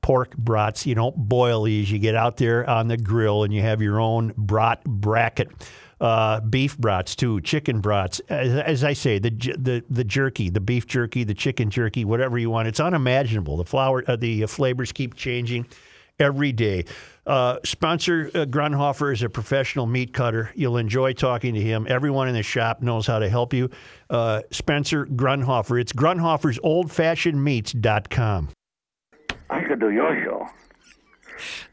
Speaker 1: pork brats. You don't boil these. You get out there on the grill and you have your own brat bracket. Uh, beef brats too, chicken brats. As, as I say, the j- the the jerky, the beef jerky, the chicken jerky, whatever you want. It's unimaginable. The flour, uh, the flavors keep changing every day. Uh, sponsor uh, Grunhofer is a professional meat cutter. You'll enjoy talking to him. Everyone in the shop knows how to help you. Uh, Spencer Grunhofer. It's Grunhofer's Old Fashioned Meats.com.
Speaker 11: I could do your show.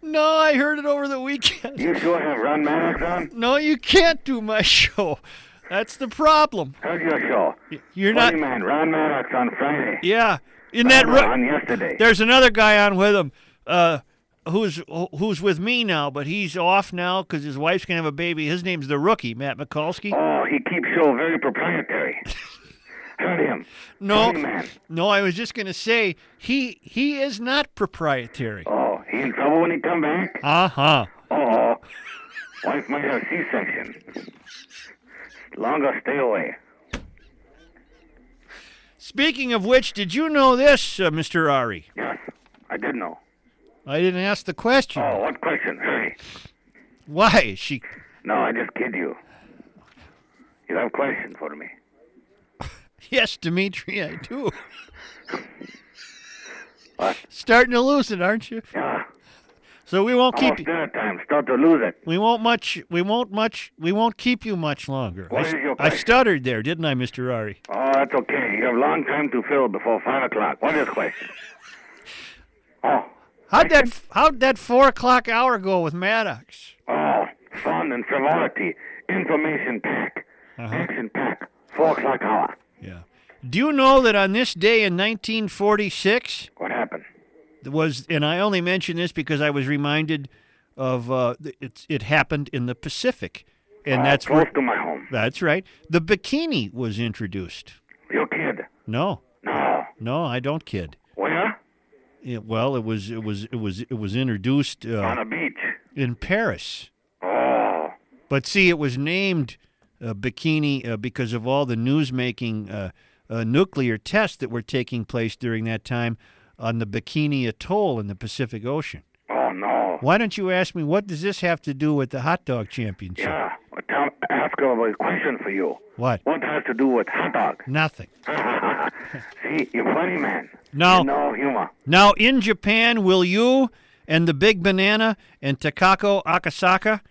Speaker 3: No, I heard it over the weekend.
Speaker 11: You sure have Ron Maddox on?
Speaker 3: No, you can't do my show. That's the problem.
Speaker 11: Heard your show.
Speaker 3: You're
Speaker 11: Funny
Speaker 3: not.
Speaker 11: man, Ron Maddox on Friday.
Speaker 3: Yeah. In that
Speaker 11: Ron
Speaker 3: ru-
Speaker 11: on yesterday.
Speaker 3: There's another guy on with him, uh, who's who's with me now, but he's off now because his wife's gonna have a baby. His name's the rookie, Matt Mikulski.
Speaker 11: Oh, he keeps show very proprietary. Heard him.
Speaker 3: no,
Speaker 11: Funny man.
Speaker 3: no, I was just gonna say he he is not proprietary. Uh-huh.
Speaker 11: Oh, he He in trouble when he come back?
Speaker 12: Uh huh.
Speaker 11: Uh-oh. Uh-huh. Wife might have C-section. Longer stay away.
Speaker 3: Speaking of which, did you know this, uh, Mr. Ari?
Speaker 11: Yes, I did know.
Speaker 3: I didn't ask the question.
Speaker 11: Oh, what question? Hurry.
Speaker 3: Why is she?
Speaker 11: No, I just kid you. You have a question for me.
Speaker 3: Yes, Dimitri, I do. Starting to lose it, aren't you?
Speaker 11: Yeah.
Speaker 3: So we won't keep
Speaker 11: Almost
Speaker 3: you.
Speaker 11: dinner time. Start to lose it.
Speaker 3: We won't much. We won't much. We won't keep you much longer.
Speaker 11: What
Speaker 3: I,
Speaker 11: is your
Speaker 3: I
Speaker 11: question?
Speaker 3: stuttered there, didn't I, Mr. Ari?
Speaker 11: Oh, that's okay. You have a long time to fill before 5 o'clock. What is the question? Oh,
Speaker 3: How'd that How'd that four o'clock hour go with Maddox?
Speaker 11: oh, fun and frivolity. Information pack.
Speaker 3: Uh-huh.
Speaker 11: Action pack. 4 o'clock hour.
Speaker 3: Do you know that on this day in 1946
Speaker 11: What happened?
Speaker 3: was, and I only mention this because I was reminded of uh, th- it's it happened in the Pacific, and
Speaker 11: Oh,
Speaker 3: that's
Speaker 11: close
Speaker 3: where,
Speaker 11: to my home.
Speaker 3: that's right. The bikini was introduced.
Speaker 11: You kid.
Speaker 3: No,
Speaker 11: No.
Speaker 3: no, I don't kid.
Speaker 11: Where?
Speaker 3: It- well, it was it was it was it was introduced
Speaker 11: On
Speaker 3: uh,
Speaker 11: a beach.
Speaker 3: in Paris,
Speaker 11: Oh.
Speaker 3: but see, it was named uh, bikini uh, because of all the newsmaking uh, uh, nuclear tests that were taking place during that time on the Bikini Atoll in the Pacific Ocean.
Speaker 11: Oh, no.
Speaker 3: Why don't you ask me what does this have to do with the hot dog championship?
Speaker 11: Yeah. Tell, ask a question for you.
Speaker 3: What?
Speaker 11: What has to do with hot dog?
Speaker 3: Nothing.
Speaker 11: See, you're funny, man.
Speaker 3: No.
Speaker 11: You know humor.
Speaker 3: Now in Japan, will you and the Big Banana and Takako Akasaka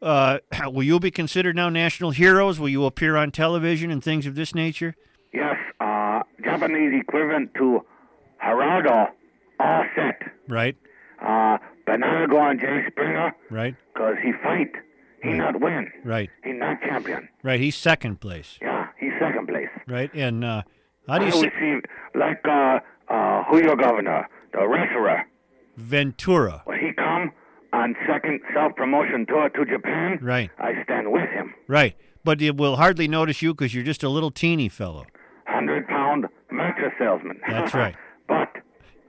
Speaker 3: uh, will you be considered now national heroes? Will you appear on television and things of this nature?
Speaker 11: Yes, uh, Japanese equivalent to Geraldo, all set.
Speaker 3: Right,
Speaker 11: Uh, banana go on Jerry Springer,
Speaker 3: right,
Speaker 11: 'cause he fight. He not win.
Speaker 3: right,
Speaker 11: He not champion.
Speaker 3: right. He's second place.
Speaker 11: Yeah, he second place.
Speaker 3: Right, and uh, how do
Speaker 11: I
Speaker 3: you
Speaker 11: would
Speaker 3: say
Speaker 11: see, like, uh, uh, who your governor, the wrestler,
Speaker 3: Ventura?
Speaker 11: when he come on second self-promotion tour to Japan,
Speaker 3: Right,
Speaker 11: I stand with him.
Speaker 3: right. But it will hardly notice you because you're just a little teeny fellow.
Speaker 11: Hundred pound mattress salesman.
Speaker 3: That's right.
Speaker 11: but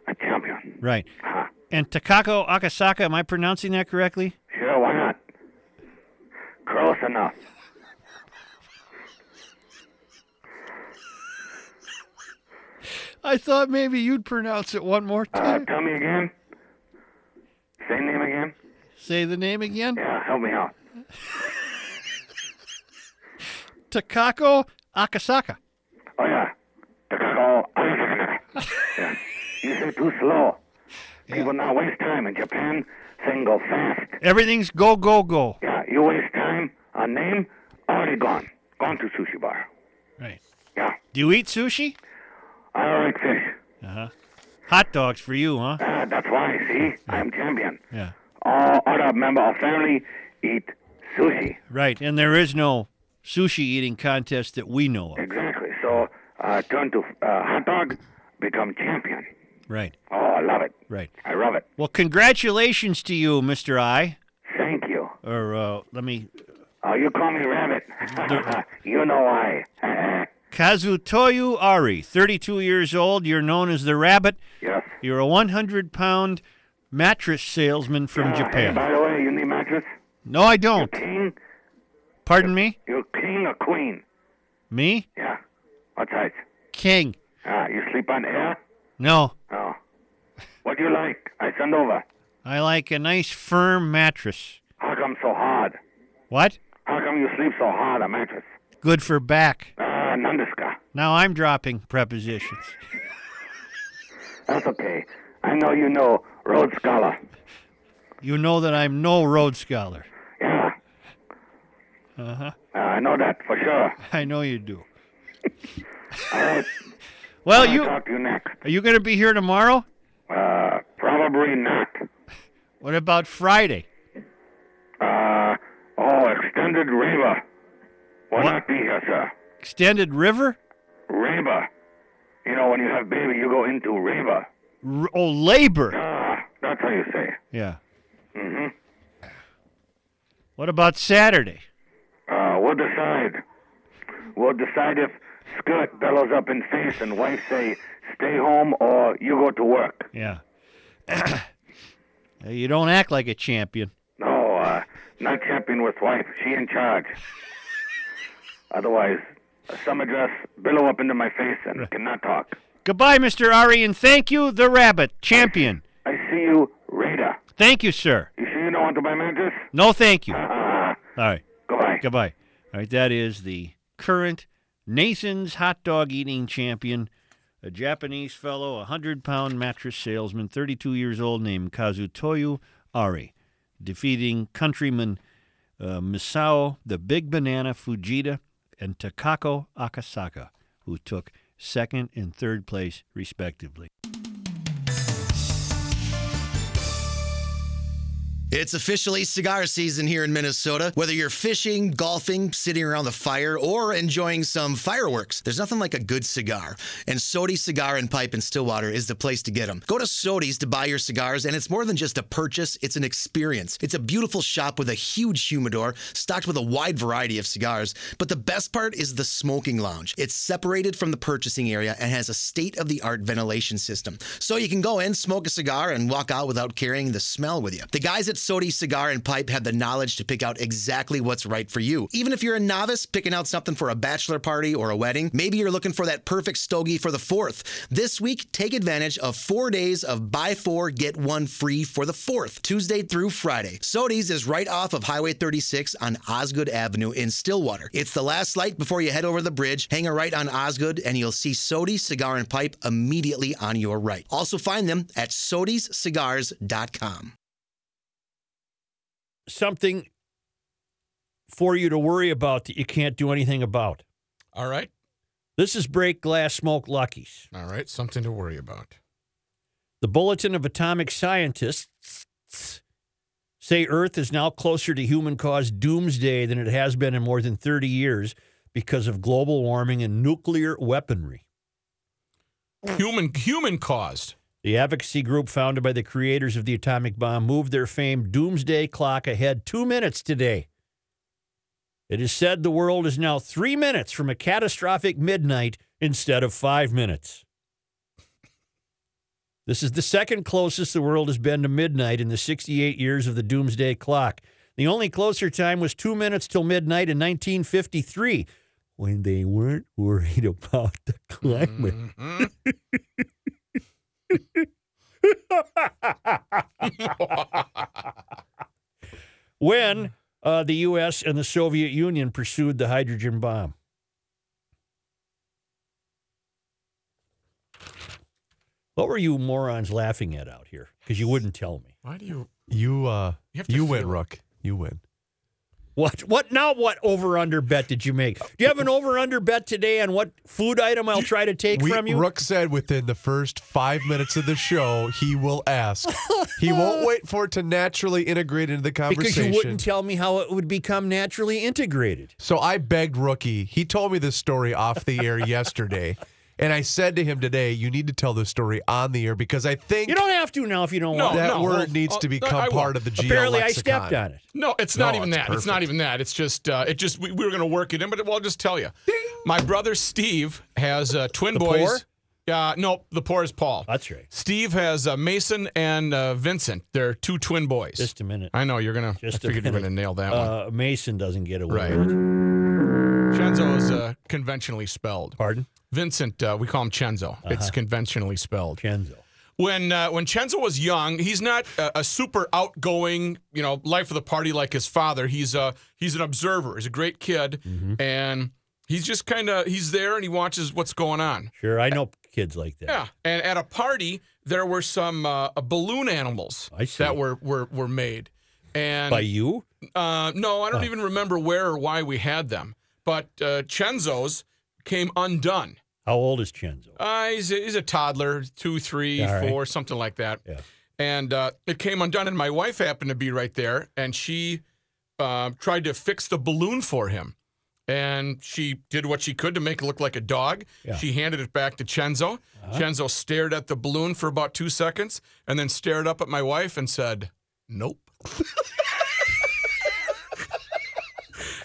Speaker 11: a champion.
Speaker 3: Right.
Speaker 11: Huh.
Speaker 3: And Takako Akasaka, am I pronouncing that correctly?
Speaker 11: Sure, why not? Close enough.
Speaker 3: I thought maybe you'd pronounce it one more
Speaker 11: Uh, tell me again. Same name again?
Speaker 3: Say the name again.
Speaker 11: Yeah, help me out.
Speaker 3: Takako Akasaka.
Speaker 11: Oh, yeah. Takako Aizaka. Yeah. You say too slow. People now waste time in Japan. Thing go fast.
Speaker 3: Everything's go, go, go.
Speaker 11: Yeah, you waste time on name, already gone. Gone to sushi bar.
Speaker 3: Right.
Speaker 11: Yeah.
Speaker 3: Do you eat sushi?
Speaker 11: I don't like fish.
Speaker 3: Uh-huh. Hot dogs for you, huh?
Speaker 11: Ah, that's why, see? I'm champion.
Speaker 3: Yeah.
Speaker 11: All other member of family eat sushi.
Speaker 3: Right. And there is no sushi eating contest that we know of.
Speaker 11: Exactly. So uh, turn to uh, hot dog, become champion.
Speaker 3: Right.
Speaker 11: Oh, I love it.
Speaker 3: Right.
Speaker 11: I love it.
Speaker 3: Well, congratulations to you, Mr. I.
Speaker 11: Thank you.
Speaker 3: Or uh, let me.
Speaker 11: Oh, you call me Rabbit. you know why.
Speaker 3: Kazutoyu Ari, 32 years old. You're known as the Rabbit.
Speaker 11: yes.
Speaker 3: You're a 100 pound mattress salesman from
Speaker 11: Uh, Hey,
Speaker 3: Japan.
Speaker 11: by the way, you need mattress?
Speaker 3: No, I don't.
Speaker 11: King?
Speaker 3: Pardon me?
Speaker 11: You're king or queen?
Speaker 3: Me?
Speaker 11: Yeah. What size?
Speaker 3: King.
Speaker 11: Ah, you sleep on air?
Speaker 3: No.
Speaker 11: Oh. What do you like? I send over.
Speaker 3: I like a nice firm mattress.
Speaker 11: How come so hard?
Speaker 3: What?
Speaker 11: How come you sleep so hard on mattress?
Speaker 3: Good for back.
Speaker 11: Ah, Nandeska.
Speaker 3: Now I'm dropping prepositions.
Speaker 11: That's okay. I know you know Rhodes Scholar.
Speaker 3: You know that I'm no Rhodes Scholar.
Speaker 11: Yeah. Uh-huh. I know that for sure.
Speaker 3: I know you do.
Speaker 11: All right.
Speaker 3: Well,
Speaker 11: I'll
Speaker 3: you are
Speaker 11: talk to you next.
Speaker 3: you going to be here tomorrow?
Speaker 11: Uh, probably not.
Speaker 3: What about Friday?
Speaker 11: Uh, oh, extended Raver. Will not be here, sir.
Speaker 3: Extended River?
Speaker 11: Raver. You know, when you have baby, you go into Raver.
Speaker 3: R- oh, labor.
Speaker 11: Ah, that's how you say.
Speaker 3: Yeah.
Speaker 11: Mm-hmm.
Speaker 3: What about Saturday?
Speaker 11: Uh, we'll decide. We'll decide if Skirt bellows up in face and wife say, stay home or you go to work.
Speaker 3: Yeah. Uh, You don't act like a champion.
Speaker 11: No, uh, not champion with wife. She in charge. Otherwise, a summer dress billow up into my face and cannot talk.
Speaker 3: Goodbye, Mr. Ari, and thank you, the rabbit, champion.
Speaker 11: I see you, Rada.
Speaker 3: Thank you, sir.
Speaker 11: You sure you don't want to buy my dress?
Speaker 3: No, thank you.
Speaker 11: Ah,
Speaker 3: All right.
Speaker 11: Goodbye.
Speaker 3: Goodbye. All right, that is the current Nathan's hot dog eating champion, a Japanese fellow, a hundred pound mattress salesman, 32 years old, named Kazutoyu Ari, defeating countryman uh, Misao, the big banana Fujita, and Takako Akasaka, who took second and third place, respectively.
Speaker 13: It's officially cigar season here in Minnesota. Whether you're fishing, golfing, sitting around the fire, or enjoying some fireworks, there's nothing like a good cigar. And Sodi Cigar and Pipe in Stillwater is the place to get them. Go to Sodi's to buy your cigars, and it's more than just a purchase, it's an experience. It's a beautiful shop with a huge humidor stocked with a wide variety of cigars. But the best part is the smoking lounge. It's separated from the purchasing area and has a state of the art ventilation system. So you can go in, smoke a cigar, and walk out without carrying the smell with you. The guys at Sodi Cigar and Pipe have the knowledge to pick out exactly what's right for you. Even if you're a novice picking out something for a bachelor party or a wedding, maybe you're looking for that perfect stogie for the fourth. This week, take advantage of four days of buy four, get one free for the fourth, Tuesday through Friday. Sodi's is right off of Highway 36 on Osgood Avenue in Stillwater. It's the last light before you head over the bridge. Hang a right on Osgood, and you'll see Sodi Cigar and Pipe immediately on your right. Also, find them at sodiscigars.com.
Speaker 12: Something for you to worry about that you can't do anything about.
Speaker 2: All right.
Speaker 12: This is Break Glass Smoke Luckies.
Speaker 2: All right. Something to worry about.
Speaker 12: The Bulletin of Atomic Scientists say Earth is now closer to human caused doomsday than it has been in more than 30 years because of global warming and nuclear weaponry.
Speaker 2: Human human caused.
Speaker 12: The advocacy group founded by the creators of the atomic bomb moved their famed doomsday clock ahead two minutes today. It is said the world is now three minutes from a catastrophic midnight instead of five minutes. This is the second closest the world has been to midnight in the 68 years of the doomsday clock. The only closer time was two minutes till midnight in 1953 when they weren't worried about the climate.
Speaker 10: Mm.
Speaker 12: when uh, the U.S. and the Soviet Union pursued the hydrogen bomb. What were you morons laughing at out here? Because you wouldn't tell me.
Speaker 2: Why do you?
Speaker 4: You uh,
Speaker 2: You
Speaker 4: you,
Speaker 2: have to
Speaker 4: win,
Speaker 2: feel it.
Speaker 4: Rook. You win.
Speaker 12: What? What? Now, what over under bet did you make? Do you have an over under bet today on what food item I'll try to take
Speaker 4: we,
Speaker 12: from you?
Speaker 4: Rook said within the first five minutes of the show, he will ask. he won't wait for it to naturally integrate into the
Speaker 12: because
Speaker 4: conversation.
Speaker 12: you wouldn't tell me how it would become naturally integrated.
Speaker 4: So I begged Rookie. He told me this story off the air yesterday. And I said to him today, you need to tell this story on the air because I think Oh,
Speaker 12: You don't have to now if you don't
Speaker 2: No,
Speaker 12: want.
Speaker 4: that
Speaker 2: no,
Speaker 4: word
Speaker 2: well,
Speaker 4: needs
Speaker 2: uh,
Speaker 4: to become
Speaker 2: I will.
Speaker 4: part of the GL
Speaker 12: Apparently, I
Speaker 4: lexicon.
Speaker 12: stepped on it.
Speaker 2: No, it's
Speaker 4: No,
Speaker 2: not even
Speaker 4: it's
Speaker 2: that. It's not
Speaker 4: perfect.
Speaker 2: even that. It's just uh, it just we, we were going to work it in, but well, I'll just tell you. My brother Steve has uh, twin
Speaker 12: The poor?
Speaker 2: boys. Uh, no, the poor is Paul.
Speaker 12: That's right.
Speaker 2: Steve has uh, Mason and uh, Vincent. They're two twin boys.
Speaker 12: Just a minute.
Speaker 2: I know you're gonna.
Speaker 12: Just
Speaker 2: I
Speaker 12: a
Speaker 2: figured you were
Speaker 12: minute.
Speaker 2: gonna nail that one.
Speaker 12: Uh, Mason doesn't get away.
Speaker 2: Right.
Speaker 12: with it.
Speaker 2: Chenzo is uh, conventionally spelled.
Speaker 12: Pardon?
Speaker 2: Vincent, uh, we call him Chenzo.
Speaker 4: Uh-huh.
Speaker 2: It's conventionally spelled.
Speaker 12: Kenzo.
Speaker 2: When uh, when Chenzo was young, he's not a, a super outgoing, you know, life of the party like his father. He's a he's an observer. He's a great kid,
Speaker 12: Mm-hmm.
Speaker 2: and he's just kind of he's there and he watches what's going on.
Speaker 12: Sure, I know kids like that.
Speaker 2: Yeah, and at a party there were some uh, balloon animals
Speaker 12: I see.
Speaker 2: that were were were made, and
Speaker 12: By you?
Speaker 2: uh, no, I don't
Speaker 12: Oh.
Speaker 2: even remember where or why we had them. But uh, Chenzo's came undone.
Speaker 12: How old is Chenzo?
Speaker 2: Uh, he's, a, he's a toddler, two, three,
Speaker 12: Yeah, all right.
Speaker 2: four, something like that.
Speaker 12: Yeah.
Speaker 2: And uh, it came undone, and my wife happened to be right there, and she uh, tried to fix the balloon for him. And she did what she could to make it look like a dog.
Speaker 12: Yeah. Uh-huh.
Speaker 2: She handed it back to Chenzo. Chenzo stared at the balloon for about two seconds and then stared up at my wife and said, Nope.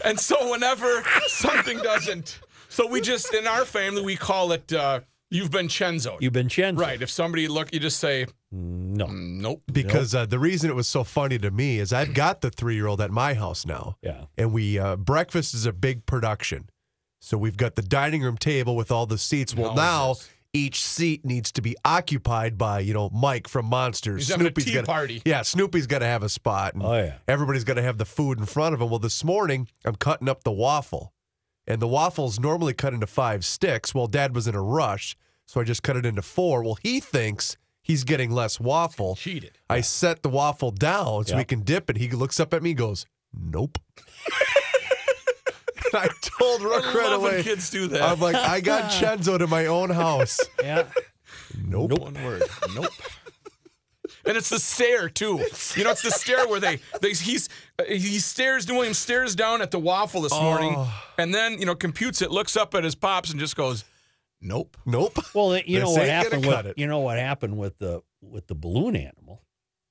Speaker 2: and so whenever something doesn't, so we just, in our family, we call it, uh, You've been Chenzo.
Speaker 12: You've been Chenzo.
Speaker 2: Right. If somebody look, you just say, Mm,
Speaker 14: No.
Speaker 2: Nope.
Speaker 4: Because uh, the reason it was so funny to me is I've got the three year old at my house now.
Speaker 14: Yeah.
Speaker 4: And we, uh, breakfast is a big production. So we've got the dining room table with all the seats.
Speaker 12: Oh,
Speaker 4: Well, now. Each seat needs to be occupied by, you know, Mike from Monsters.
Speaker 2: He's having a tea
Speaker 4: gotta-
Speaker 2: party.
Speaker 4: Yeah, Snoopy's got to have a spot. And
Speaker 14: oh yeah.
Speaker 4: Everybody's got to have the food in front of him. Well, this morning I'm cutting up the waffle, and the waffle's normally cut into five sticks. Well, Dad was in a rush, so I just cut it into four. Well, he thinks he's getting less waffle.
Speaker 2: Cheated.
Speaker 4: I set the waffle down so
Speaker 2: Yeah.
Speaker 4: he can dip it. He looks up at me, and goes, "Nope." And I told Rook
Speaker 2: I
Speaker 4: right
Speaker 2: love when
Speaker 4: away.
Speaker 2: kids do that.
Speaker 4: I'm like, I got Chenzo to my own house.
Speaker 3: Yeah.
Speaker 4: Nope.
Speaker 2: One word. Nope. And it's the stare too. You know, it's the stare where they, they he's uh, he stares. New Williams stares down at the waffle this morning,
Speaker 4: Oh.
Speaker 2: and then you know computes it, looks up at his pops, and just goes, "Nope,
Speaker 4: nope."
Speaker 3: Well, you know what happened with you know what happened with the with the balloon animal.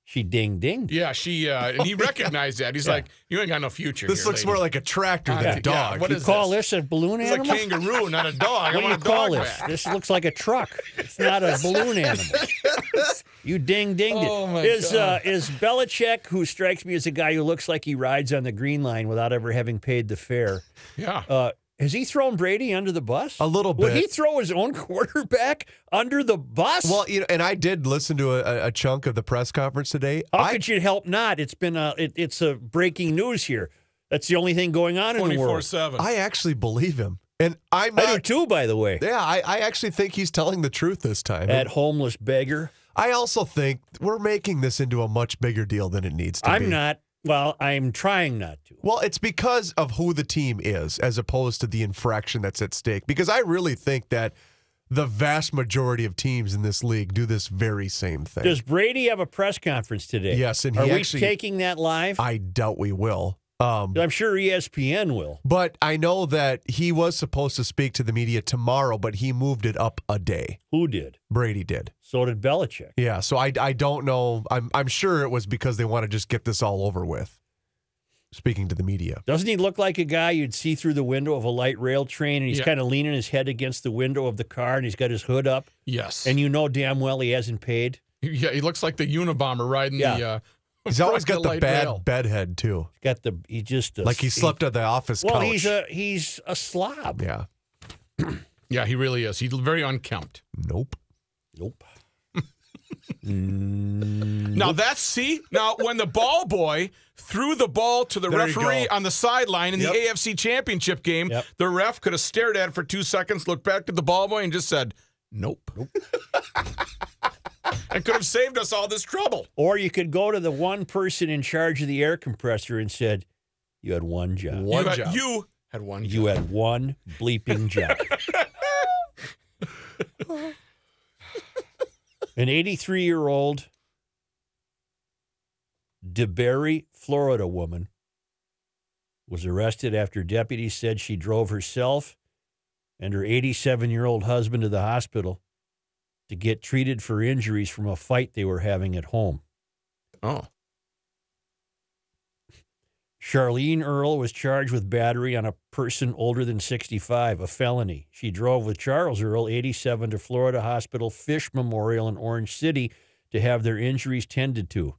Speaker 3: She ding ding.
Speaker 2: Yeah, she uh, and he recognized that. He's like, "You ain't got no future."
Speaker 3: This
Speaker 2: here,
Speaker 3: looks
Speaker 2: lady."
Speaker 3: more
Speaker 4: like a tractor
Speaker 2: Uh, yeah, What
Speaker 3: you
Speaker 2: is
Speaker 3: call
Speaker 2: this?
Speaker 3: this? a balloon
Speaker 2: This is a
Speaker 3: animal?
Speaker 2: kangaroo, not a dog. I
Speaker 3: What do
Speaker 2: want
Speaker 3: you
Speaker 2: a
Speaker 3: call
Speaker 2: dog
Speaker 3: this?
Speaker 2: back.
Speaker 3: This looks like a truck. It's not a balloon animal. You ding dinged it.
Speaker 2: Oh, my
Speaker 3: is
Speaker 2: God.
Speaker 3: Uh, is Belichick, who strikes me as a guy who looks like he rides on the green line without ever having paid the fare?
Speaker 2: Yeah.
Speaker 3: Uh, has he thrown Brady under the bus? A
Speaker 4: little
Speaker 3: Would
Speaker 4: bit.
Speaker 3: he throw his own quarterback under the bus?
Speaker 4: Well, you know, and I did listen to a- a, a chunk of the press conference today.
Speaker 3: How could you help not? It's been a it, it's a breaking news here. That's the only thing going on in the world.
Speaker 2: 24/7.
Speaker 4: I actually believe him, and I'm
Speaker 3: I
Speaker 4: not,
Speaker 3: do too. By the way,
Speaker 4: yeah, I, I actually think he's telling the truth this time.
Speaker 3: that homeless beggar.
Speaker 4: I also think we're making this into a much bigger deal than it needs to be.
Speaker 3: I'm not. Well, I'm Uh, trying not to.
Speaker 4: Well, it's because of who the team is as opposed to the infraction that's at stake. Because I really think that the vast majority of teams in this league do this very same thing.
Speaker 3: Does Brady have a press conference today?
Speaker 4: Yes, and
Speaker 3: are
Speaker 4: he
Speaker 3: we
Speaker 4: actually-
Speaker 3: taking that live?
Speaker 4: I doubt we will. Um,
Speaker 3: I'm sure E ESPN will.
Speaker 4: But I know that he was supposed to speak to the media tomorrow, but he moved it up a day.
Speaker 3: Who did?
Speaker 4: Brady did.
Speaker 3: So did Belichick.
Speaker 4: Yeah, so I, I don't know. I'm I'm sure it was because they want to just get this all over with. Speaking to the media.
Speaker 3: Doesn't he look like a guy you'd see through the window of a light rail train, and he's
Speaker 4: Yeah.
Speaker 3: kind of leaning his head against the window of the car, and he's got his hood up,
Speaker 2: Yes.
Speaker 3: and you know damn well he hasn't paid.
Speaker 2: Yeah, he looks like the Unabomber riding
Speaker 3: Yeah.
Speaker 2: the. Uh,
Speaker 4: He's always
Speaker 2: riding
Speaker 4: got the
Speaker 2: light
Speaker 4: bad
Speaker 2: rail.
Speaker 4: bedhead too.
Speaker 3: He's got the he just uh,
Speaker 4: Like he slept at the office
Speaker 3: Well,
Speaker 4: couch.
Speaker 3: he's a he's a slob.
Speaker 4: yeah.
Speaker 2: Yeah, he really is. He's very unkempt.
Speaker 4: Nope.
Speaker 3: Nope. Mm.
Speaker 2: Now that's see. Now when the ball boy threw the ball to the
Speaker 4: There you
Speaker 2: referee
Speaker 4: go.
Speaker 2: on the sideline in
Speaker 4: Yep.
Speaker 2: the AFC Championship game, the ref could have stared at it for two seconds, looked back at the ball boy, and just said, "Nope." Nope. and could have saved us all this trouble.
Speaker 3: Or you could go to the one person in charge of the air compressor and said, "You had one job.
Speaker 2: you had, You had one.
Speaker 3: You had one bleeping job." An 83 year old DeBerry, Florida woman was arrested after deputies said she drove herself and her 87 year old husband to the hospital to get treated for injuries from a fight they were having at home.
Speaker 2: Oh.
Speaker 3: Charlene Earle was charged with battery on a person older than 65, a felony. She drove with Charles Earle, 87, to Florida Hospital Fish Memorial in Orange City to have their injuries tended to,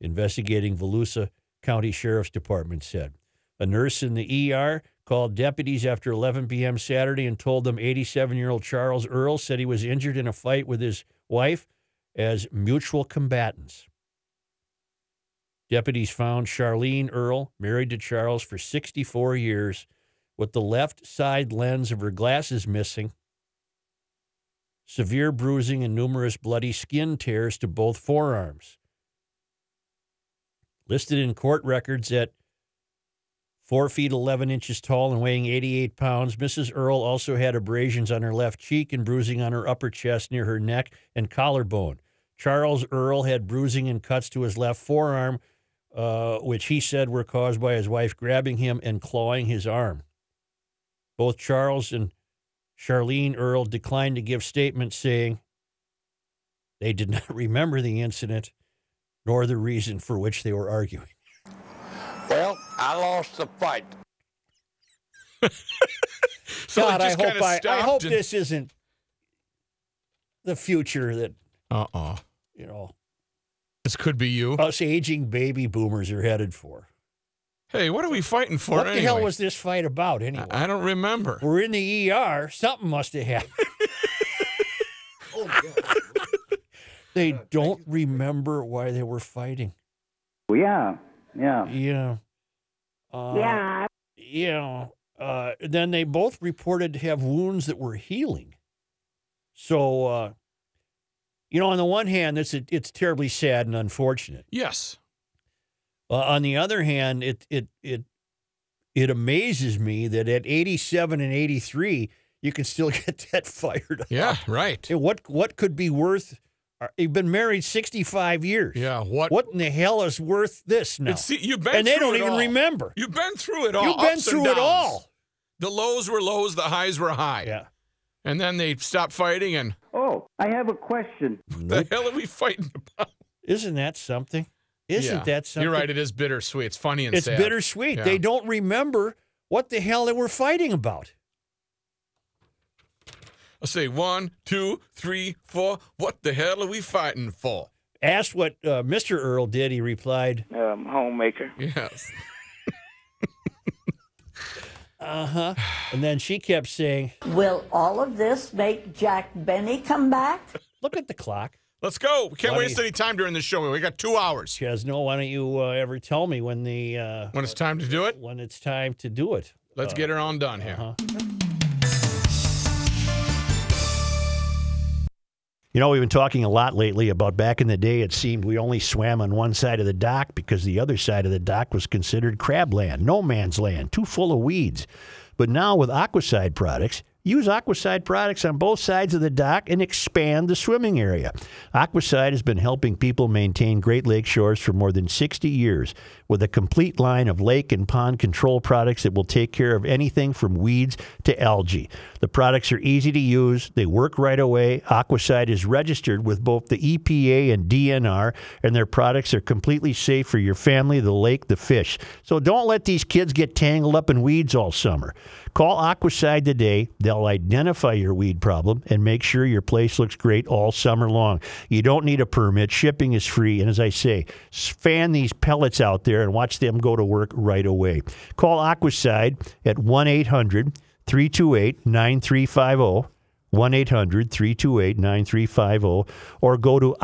Speaker 3: investigating Volusia County Sheriff's Department said. A nurse in the ER called deputies after 11 p.m. Saturday and told them 87 year old Charles Earle said he was injured in a fight with his wife as mutual combatants. Deputies found Charlene Earle, married to Charles for 64 years, with the left side lens of her glasses missing, severe bruising, and numerous bloody skin tears to both forearms. Listed in court records at 4 feet 11 inches tall and weighing 88 pounds, Mrs. Earle also had abrasions on her left cheek and bruising on her upper chest near her neck and collarbone. Charles Earle had bruising and cuts to his left forearm, uh, which he said were caused by his wife grabbing him and clawing his arm. Both Charles and Charlene Earle declined to give statements saying they did not remember the incident nor the reason for which they were arguing.
Speaker 15: Well, I lost the fight.
Speaker 2: So
Speaker 3: God,
Speaker 2: it
Speaker 3: I
Speaker 2: just
Speaker 3: hope
Speaker 2: kinda
Speaker 3: I, I
Speaker 2: stopped
Speaker 3: hope
Speaker 2: and-
Speaker 3: this isn't the future that
Speaker 2: Uh oh.
Speaker 3: you know
Speaker 2: This could be you.
Speaker 3: Us aging baby boomers are headed for.
Speaker 2: Hey, what are we fighting for
Speaker 3: what the
Speaker 2: anyway?
Speaker 3: hell was this fight about anyway?
Speaker 2: I don't remember.
Speaker 3: We're in the ER. Something must have happened. they don't remember why they were fighting.
Speaker 11: yeah, yeah,
Speaker 3: yeah. Uh,
Speaker 11: Yeah.
Speaker 3: You know, uh, then they both reported to have wounds that were healing. So, uh, you know, on the one hand, it's it's terribly sad and unfortunate.
Speaker 2: Yes.
Speaker 3: Uh, on the other hand, it it it it amazes me that at 87 and 83, you can still get that fired up.
Speaker 2: Yeah, right.
Speaker 3: what what could be worth? are- You've been married 65 years.
Speaker 2: Yeah, what?
Speaker 3: What in the hell is worth this now?
Speaker 2: It's- see, you've been
Speaker 3: and they
Speaker 2: through
Speaker 3: don't
Speaker 2: it
Speaker 3: even
Speaker 2: all.
Speaker 3: remember.
Speaker 2: You've been through it all.
Speaker 3: You've been
Speaker 2: ups and
Speaker 3: through it
Speaker 2: downs.
Speaker 3: all.
Speaker 2: The lows were lows, the highs were high.
Speaker 3: Yeah.
Speaker 2: And then they stopped fighting, and
Speaker 11: Oh, I have a question.
Speaker 2: the hell are we fighting about?
Speaker 3: Isn't that something? Isn't
Speaker 2: Yeah.
Speaker 3: that something?
Speaker 2: You're right. It is bittersweet. It's funny and
Speaker 3: It's
Speaker 2: sad.
Speaker 3: bittersweet.
Speaker 2: Yeah.
Speaker 3: They don't remember what the hell they were fighting about.
Speaker 2: I'll say one, two, three, four. What the hell are we fighting for?
Speaker 3: Asked what uh, Mr. Earl did, he replied,
Speaker 11: Um, homemaker.
Speaker 2: Yes.
Speaker 3: uh huh. And then she kept saying,
Speaker 16: Will all of this make Jack Benny come back?
Speaker 3: Look at the clock.
Speaker 2: Let's go. We can't
Speaker 3: Why do
Speaker 2: waste
Speaker 3: you-
Speaker 2: any time during this show. We got two hours.
Speaker 3: Chesno, why don't you uh, ever tell me when the uh,
Speaker 2: when it's time to do it?
Speaker 3: When it's time to do it.
Speaker 2: Let's
Speaker 3: Uh,
Speaker 2: get her on done here.
Speaker 3: You know, we've been talking a lot lately about back in the day, it seemed we only swam on one side of the dock because the other side of the dock was considered crab land, no man's land, too full of weeds. But now with Aquaside products, use Aquaside products on both sides of the dock and expand the swimming area. Aquaside has been helping people maintain Great Lake shores for more than 60 years with a complete line of lake and pond control products that will take care of anything from weeds to algae. The products are easy to use, they work right away. Aquaside is registered with both the EPA and DNR, and their products are completely safe for your family, the lake, the fish. So don't let these kids get tangled up in weeds all summer. Call Aquaside today. They'll identify your weed problem and make sure your place looks great all summer long. You don't need a permit. Shipping is free. And as I say, s- fan these pellets out there and watch them go to work right away. Call Aquaside at 1 800 328 9350. 1 800 328 9350, oh, or go to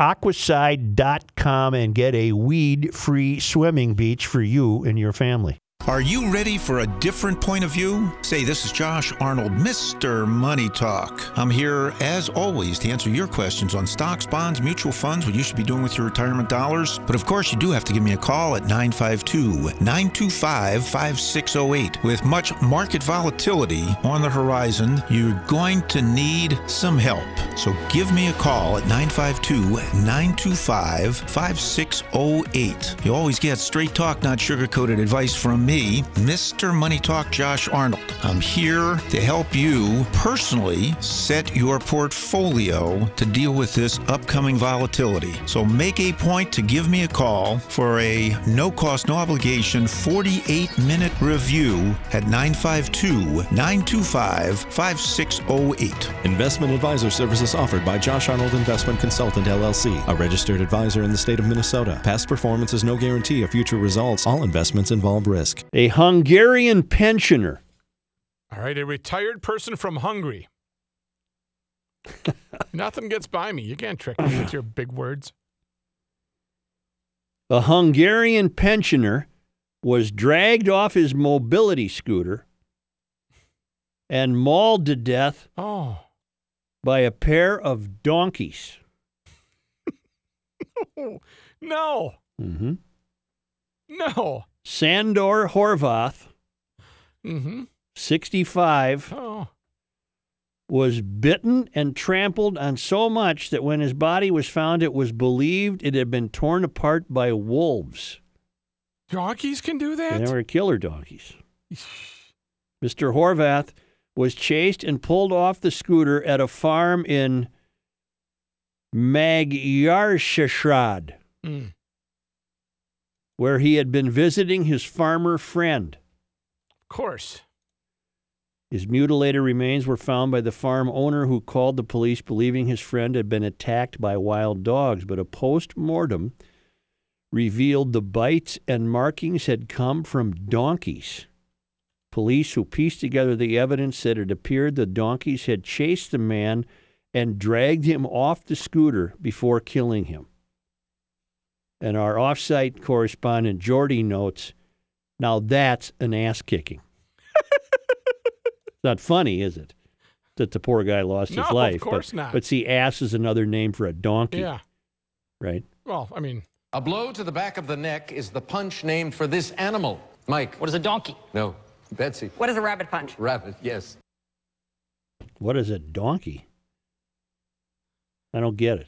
Speaker 3: aquaside.com and get a weed free swimming beach for you and your family.
Speaker 17: Are you ready for a different point of view? Say, this is Josh Arnold, Mr. Money Talk. I'm here, as always, to answer your questions on stocks, bonds, mutual funds, what you should be doing with your retirement dollars. But of course, you do have to give me a call at 952 925 5608. With much market volatility on the horizon, you're going to need some help. So give me a call at 952 925 5608. You always get straight talk, not sugar coated advice from me, Mr. Money Talk Josh Arnold. I'm here to help you personally set your portfolio to deal with this upcoming volatility. So make a point to give me a call for a no cost, no obligation 48 minute review at 952 925 5608.
Speaker 10: Investment advisor services offered by Josh Arnold Investment Consultant LLC, a registered advisor in the state of Minnesota. Past performance is no guarantee of future results. All investments involve risk.
Speaker 3: A Hungarian pensioner.
Speaker 2: All right, a retired person from Hungary. Nothing gets by me. You can't trick me with your big words.
Speaker 3: A Hungarian pensioner was dragged off his mobility scooter and mauled to death
Speaker 2: oh.
Speaker 3: by a pair of donkeys.
Speaker 2: No,
Speaker 3: Mm-hmm.
Speaker 2: no.
Speaker 3: Sandor Horvath,
Speaker 2: Mm-hmm.
Speaker 3: 65,
Speaker 2: Oh.
Speaker 3: was bitten and trampled on so much that when his body was found, it was believed it had been torn apart by wolves.
Speaker 2: Donkeys can do
Speaker 3: And
Speaker 2: that?
Speaker 3: They were killer donkeys. Mr. Horvath was chased and pulled off the scooter at a farm in Magyarsasrad,
Speaker 2: Mm.
Speaker 3: where he had been visiting his farmer friend.
Speaker 2: Of course.
Speaker 3: His mutilated remains were found by the farm owner who called the police believing his friend had been attacked by wild dogs, but a post mortem revealed the bites and markings had come from donkeys. Police who pieced together the evidence said it appeared the donkeys had chased the man and dragged him off the scooter before killing him. And our offsite correspondent Jordy notes, now that's an ass kicking. it's not funny, is it? That the poor guy lost
Speaker 2: No,
Speaker 3: his
Speaker 2: of
Speaker 3: life.
Speaker 2: course
Speaker 3: but,
Speaker 2: not.
Speaker 3: But see, ass is another name for a donkey,
Speaker 2: Yeah.
Speaker 3: right?
Speaker 2: Well, I mean,
Speaker 18: A blow to the back of the neck is the punch named for this animal. Mike. What is a donkey? No, Betsy.
Speaker 19: What is a rabbit punch?
Speaker 18: Rabbit, yes.
Speaker 3: What is a donkey? I don't get it.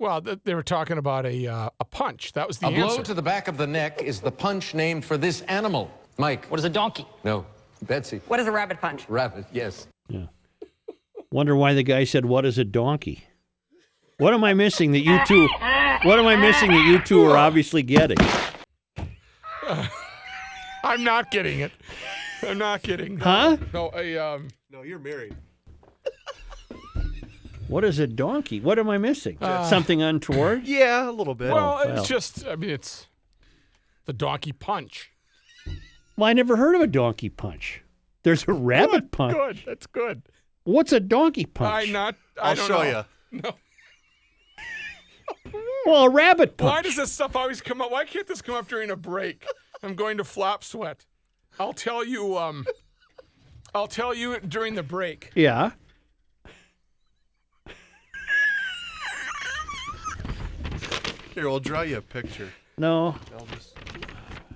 Speaker 2: well, th- they were talking about a uh, a punch. That was the
Speaker 18: a
Speaker 2: answer.
Speaker 18: blow to the back of the neck is the punch named for this animal. Mike. What is a donkey? No, Betsy.
Speaker 19: What is a rabbit punch?
Speaker 18: Rabbit, yes.
Speaker 3: Wonder why the guy said, "What is a donkey?" What am I missing that you two? What am I missing that you two are obviously getting?
Speaker 2: I'm not getting it. I'm not kidding.
Speaker 3: Huh?
Speaker 2: No, a um.
Speaker 4: No, you're married.
Speaker 3: What is a donkey? What am I missing?
Speaker 2: Uh,
Speaker 3: Something untoward?
Speaker 4: Yeah, a little bit.
Speaker 2: Well, it's just. I mean, it's the donkey punch.
Speaker 3: Well, I never heard of a donkey punch. There's a rabbit punch.
Speaker 2: Good. That's good.
Speaker 3: What's a donkey punch?
Speaker 2: I not. I
Speaker 3: I'll
Speaker 2: don't
Speaker 3: show
Speaker 2: know. No.
Speaker 3: Well, a rabbit punch.
Speaker 2: Why does this stuff always come up? Why can't this come up during a break? I'm going to flop sweat. I'll tell you. Um, I'll tell you during the break.
Speaker 3: Yeah.
Speaker 4: Here, I'll draw you a picture.
Speaker 3: No.
Speaker 4: I'll just.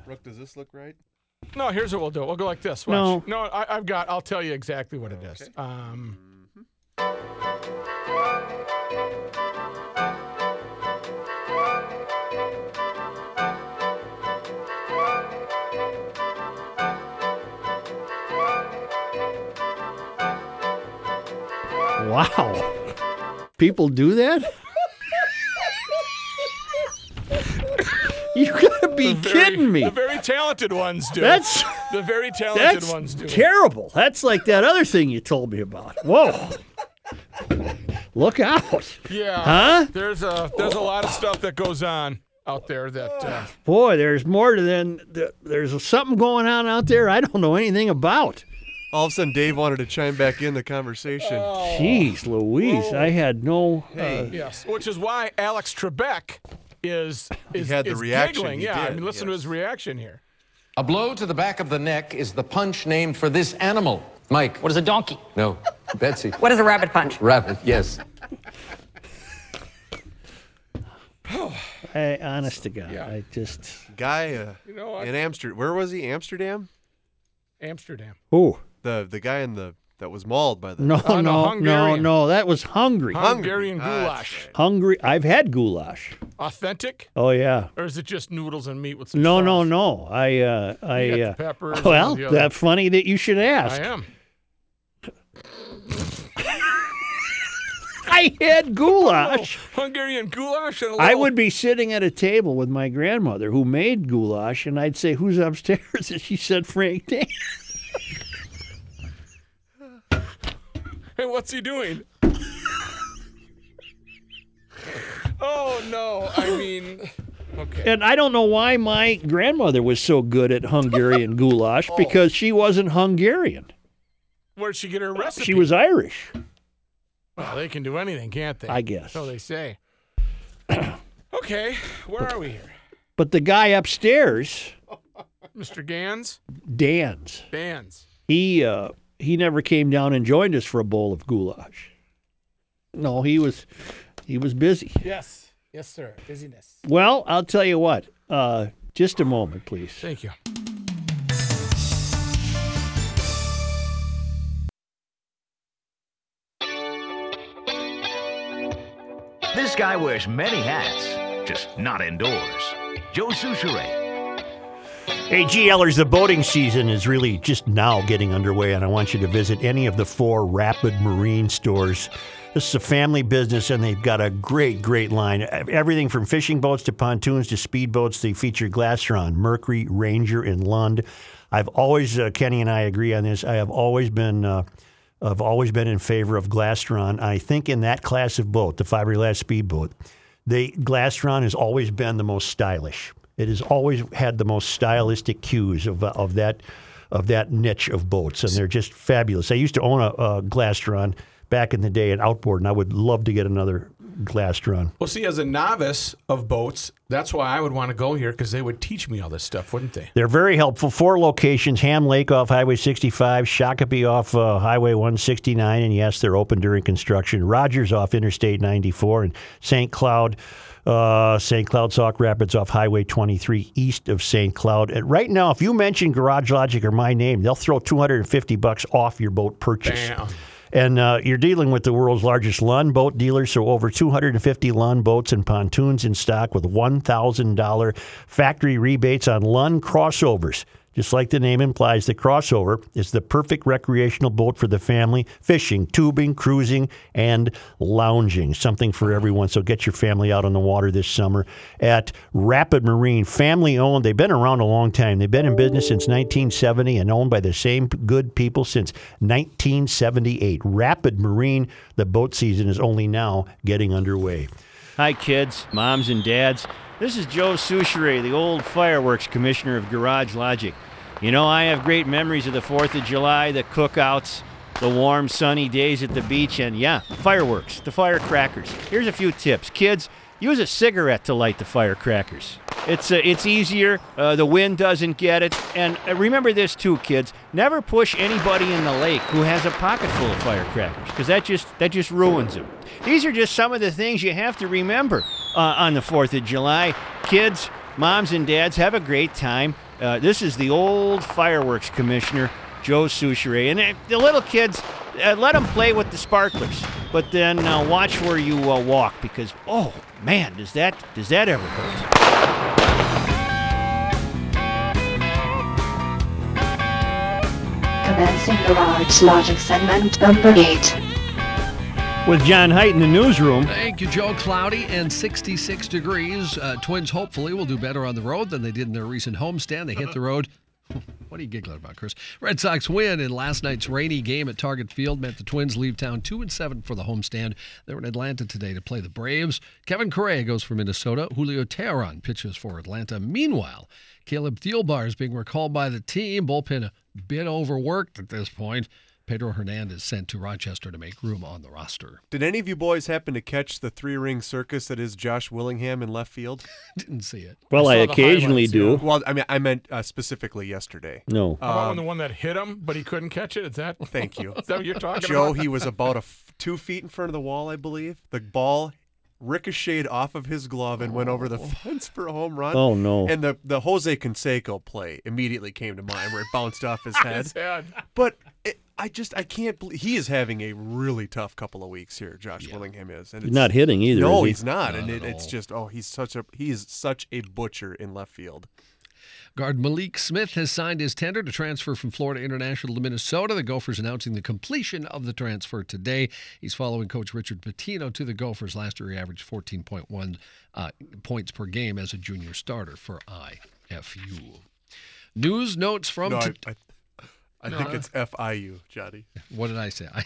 Speaker 4: Rook, does this look right?
Speaker 2: No, here's what we'll do. We'll go like this. Watch. No, I, I've got. I'll tell you exactly what it is. Um.
Speaker 3: Wow. People do that? You gotta be
Speaker 2: The very-
Speaker 3: kidding me.
Speaker 2: The very talented ones do.
Speaker 3: That's-
Speaker 2: the very talented
Speaker 3: That's
Speaker 2: ones do. it.
Speaker 3: terrible. That's like that other thing you told me about. Whoa. Look out.
Speaker 2: Yeah.
Speaker 3: Huh?
Speaker 2: There's a there's a lot of stuff that goes on out there that uh,
Speaker 3: Boy, there's more to than th- there's something going on out there I don't know anything about.
Speaker 4: All of a sudden, Dave wanted to chime back in the conversation.
Speaker 3: Oh. Jeez,
Speaker 2: Oh.
Speaker 3: Louise, I had no. uh,
Speaker 2: yes, which is why Alex Trebek is is
Speaker 4: had the
Speaker 2: is
Speaker 4: reaction
Speaker 2: giggling.
Speaker 4: he
Speaker 2: yeah, I
Speaker 4: did,
Speaker 2: mean, listen to his reaction here.
Speaker 18: A blow to the back of the neck is the punch named for this animal. Mike. What is a donkey? No, Betsy.
Speaker 19: What is a rabbit punch?
Speaker 18: Rabbit, yes.
Speaker 3: I, honest to God, I just.
Speaker 4: Guy uh,
Speaker 2: You know, I-
Speaker 4: in Amsterdam. Where was he? Amsterdam?
Speaker 2: Amsterdam.
Speaker 3: Who?
Speaker 4: The the guy in the that was mauled by the
Speaker 3: No, no,
Speaker 4: Oh,
Speaker 3: no,
Speaker 4: Hungarian.
Speaker 3: no. That was hungry.
Speaker 2: Hungarian goulash,
Speaker 3: Hungry. I've had goulash.
Speaker 2: authentic,
Speaker 3: Oh yeah.
Speaker 2: or is it just noodles and meat with some?
Speaker 3: No, no, no. I, uh, I.
Speaker 2: got the
Speaker 3: uh,
Speaker 2: peppers and
Speaker 3: well,
Speaker 2: the other-
Speaker 3: that's funny that you should ask.
Speaker 2: I am.
Speaker 3: I had goulash.
Speaker 2: Oh, Hungarian goulash and a little.
Speaker 3: I would be sitting at a table with my grandmother who made goulash, and I'd say, "Who's upstairs?" And she said, "Frank." Dan."
Speaker 2: Hey, what's he doing? oh no! I mean, okay.
Speaker 3: And I don't know why my grandmother was so good at Hungarian goulash because she wasn't Hungarian;
Speaker 2: Where'd she get her recipe?
Speaker 3: she was Irish.
Speaker 2: Well, they can do anything, can't they?
Speaker 3: I guess.
Speaker 2: So they say. okay, where are we here?
Speaker 3: But the guy upstairs,
Speaker 2: Mr. Gans?
Speaker 3: Dan's,
Speaker 2: Dan's.
Speaker 3: he uh, he never came down and joined us for a bowl of goulash. No, he was he was busy.
Speaker 2: Yes. Yes, sir. Busyness.
Speaker 3: Well, I'll tell you what. Uh, just a moment, please.
Speaker 2: Thank you.
Speaker 11: This guy wears many hats, just not indoors. Joe Souchere.
Speaker 20: Hey, GLers, the boating season is really just now getting underway, and I want you to visit any of the four Rapid Marine stores. This is a family business, and they've got a great, great line. Everything from fishing boats to pontoons to speedboats. They feature Glasseron, Mercury, Ranger, and Lund. I've always, uh, Kenny and I agree on this, I have always been. Uh, I've always been in favor of Glastron. I think in that class of boat, the fiberglass speedboat,
Speaker 3: They Glastron has always been the most stylish. It has always had the most stylistic cues of of that of that niche of boats, and they're just fabulous. I used to own a, a Glastron back in the day, an outboard, and I would love to get another Glastron.
Speaker 2: Well, see, as a novice of boats, that's why I would want to go here because they would teach me all this stuff, wouldn't they?
Speaker 3: They're very helpful. Four locations Ham Lake off Highway 65, Shakopee off uh, Highway 169, and yes, they're open during construction. Rogers off Interstate 94, and St. Cloud, uh, St. Cloud, Sauk Rapids off Highway 23, east of St. Cloud. And right now, if you mention Garage Logic or my name, they'll throw 250 bucks off your boat purchase.
Speaker 2: Damn.
Speaker 3: And uh, you're dealing with the world's largest lawn boat dealer, so over 250 lawn boats and pontoons in stock with $1,000 factory rebates on lawn crossovers. Just like the name implies, the crossover is the perfect recreational boat for the family fishing, tubing, cruising, and lounging. Something for everyone. So get your family out on the water this summer at Rapid Marine. Family owned. They've been around a long time. They've been in business since 1970 and owned by the same good people since 1978. Rapid Marine. The boat season is only now getting underway.
Speaker 5: Hi, kids, moms, and dads. This is Joe Souchere, the old fireworks commissioner of Garage Logic. You know, I have great memories of the 4th of July, the cookouts, the warm, sunny days at the beach, and yeah, fireworks, the firecrackers. Here's a few tips. Kids, use a cigarette to light the firecrackers. It's, uh, it's easier, uh, the wind doesn't get it. And uh, remember this too, kids never push anybody in the lake who has a pocket full of firecrackers, because that just, that just ruins them. These are just some of the things you have to remember uh, on the 4th of July. Kids, moms, and dads, have a great time. Uh, this is the old fireworks commissioner, Joe Souchere. And uh, the little kids, uh, let them play with the sparklers, but then uh, watch where you uh, walk because, oh man, does that, does that ever hurt?
Speaker 12: Commencing garage logic segment number 8.
Speaker 21: With John Height in the newsroom.
Speaker 22: Thank you, Joe. Cloudy and 66 degrees. Uh, twins hopefully will do better on the road than they did in their recent homestand. They hit the road. What are you giggling about, Chris? Red Sox win in last night's rainy game at Target Field meant the Twins leave town two and seven for the homestand. They're in Atlanta today to play the Braves. Kevin Correa goes for Minnesota. Julio Teheran pitches for Atlanta. Meanwhile, Caleb Thielbar is being recalled by the team. Bullpen a bit overworked at this point. Pedro Hernandez sent to Rochester to make room on the roster.
Speaker 4: Did any of you boys happen to catch the three ring circus that is Josh Willingham in left field?
Speaker 22: Didn't see it.
Speaker 21: Well, I occasionally do.
Speaker 4: Well, I mean, I meant uh, specifically yesterday.
Speaker 21: No.
Speaker 23: How about
Speaker 4: Um,
Speaker 23: when the one that hit him, but he couldn't catch it? Is that?
Speaker 4: Thank you.
Speaker 23: Is that what you're talking
Speaker 4: Joe,
Speaker 23: about?
Speaker 4: he was about a f- two feet in front of the wall, I believe. The ball ricocheted off of his glove and went over the fence for a home run.
Speaker 21: Oh, no.
Speaker 4: And the, the Jose Canseco play immediately came to mind where it bounced off his head.
Speaker 2: His head.
Speaker 4: But it, I just, I can't believe, he is having a really tough couple of weeks here, Josh Willingham is. And
Speaker 21: He's
Speaker 4: it's-
Speaker 21: not hitting either,
Speaker 4: No,
Speaker 21: is he?
Speaker 4: he's not. and
Speaker 21: Not
Speaker 4: it,
Speaker 21: at
Speaker 4: it's
Speaker 21: all.
Speaker 4: just, oh, he's such a, he is such a butcher in left field.
Speaker 22: Guard Malik Smith has signed his tender to transfer from Florida International to Minnesota. The Gophers announcing the completion of the transfer today. He's following coach Richard Pitino to the Gophers. Last year, he averaged 14.1 uh, points per game as a junior starter for IFU. News notes from.
Speaker 4: No, I,
Speaker 22: to-
Speaker 4: I, I
Speaker 2: Uh-huh.
Speaker 4: think it's FIU, Johnny.
Speaker 22: What did I say? I-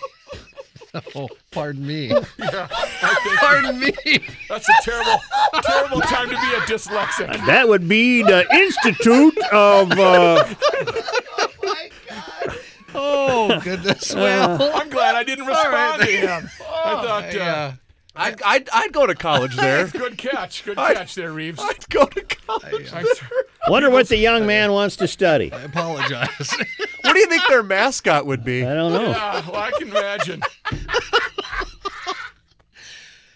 Speaker 22: oh, pardon me.
Speaker 2: Yeah, I think-
Speaker 22: Pardon me.
Speaker 2: That's a terrible, terrible time to be a dyslexic.
Speaker 21: That would be the Institute of. Uh,
Speaker 22: Oh
Speaker 4: Uh,
Speaker 22: goodness! Well,
Speaker 2: I'm glad I didn't respond
Speaker 22: right.
Speaker 2: to him. I
Speaker 4: Oh,
Speaker 2: thought uh,
Speaker 4: I'd, I'd, I'd go to college there.
Speaker 2: good catch, good
Speaker 4: I-
Speaker 2: catch there, Reeves.
Speaker 4: I'd go to college.
Speaker 2: I,
Speaker 21: wonder what the young man wants to study.
Speaker 22: I apologize.
Speaker 4: What do you think their mascot would be?
Speaker 21: I don't know.
Speaker 2: yeah, well, I can imagine.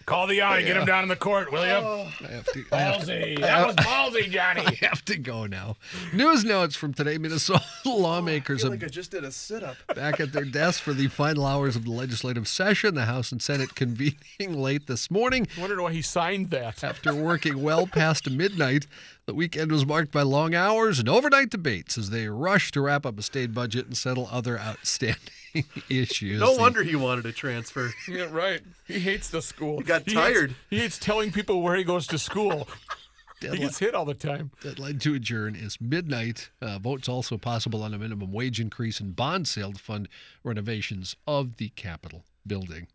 Speaker 2: Call the eye, get him down in the court, will you?
Speaker 22: I have to. I have to-
Speaker 2: Ballsy, that was ballsy,
Speaker 22: I
Speaker 2: Johnny.
Speaker 22: have to go now. News notes from today Minnesota lawmakers are
Speaker 4: I just did a sit up.
Speaker 22: back at their desk for the final hours of the legislative session. The House and Senate convening late this morning.
Speaker 2: Wondered why he signed that.
Speaker 22: After working well past midnight, the weekend was marked by long hours and overnight debates as they rushed to wrap up a state budget and settle other outstanding issues.
Speaker 4: No
Speaker 22: The-
Speaker 4: wonder he wanted to transfer.
Speaker 2: Yeah, right. He hates the school. He
Speaker 4: got
Speaker 2: hates-
Speaker 4: tired.
Speaker 2: he hates telling people where he goes to school. he
Speaker 22: Deadline.
Speaker 2: gets hit all the time.
Speaker 22: Deadline to adjourn is midnight. Uh, votes also possible on a minimum wage increase and bond sale to fund renovations of the Capitol building.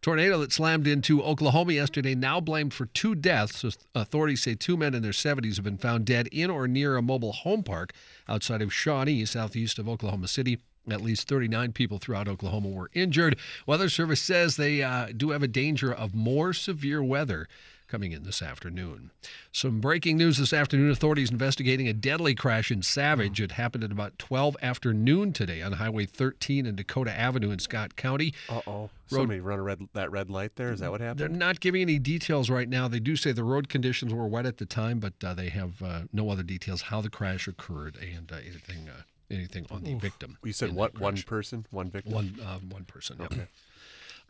Speaker 22: Tornado that slammed into Oklahoma yesterday, now blamed for two deaths. As Authorities say two men in their 70s have been found dead in or near a mobile home park outside of Shawnee, southeast of Oklahoma City. At least 39 people throughout Oklahoma were injured. Weather Service says they uh, do have a danger of more severe weather coming in this afternoon. Some breaking news this afternoon. Authorities investigating a deadly crash in Savage. It happened at about 12 afternoon today on Highway 13 and Dakota Avenue in Scott County.
Speaker 4: Uh oh. Somebody run a red that red light there. Is that what
Speaker 22: They're
Speaker 4: happened?
Speaker 22: not giving any details right now. They do say the road conditions were wet at the time, but uh, they have uh, no other details how the crash occurred and uh, anything uh, anything on the
Speaker 4: Oof.
Speaker 22: victim.
Speaker 4: You said
Speaker 22: in
Speaker 4: what?
Speaker 22: that
Speaker 4: One
Speaker 22: crash.
Speaker 4: person? One victim?
Speaker 22: One uh, one person. Yep.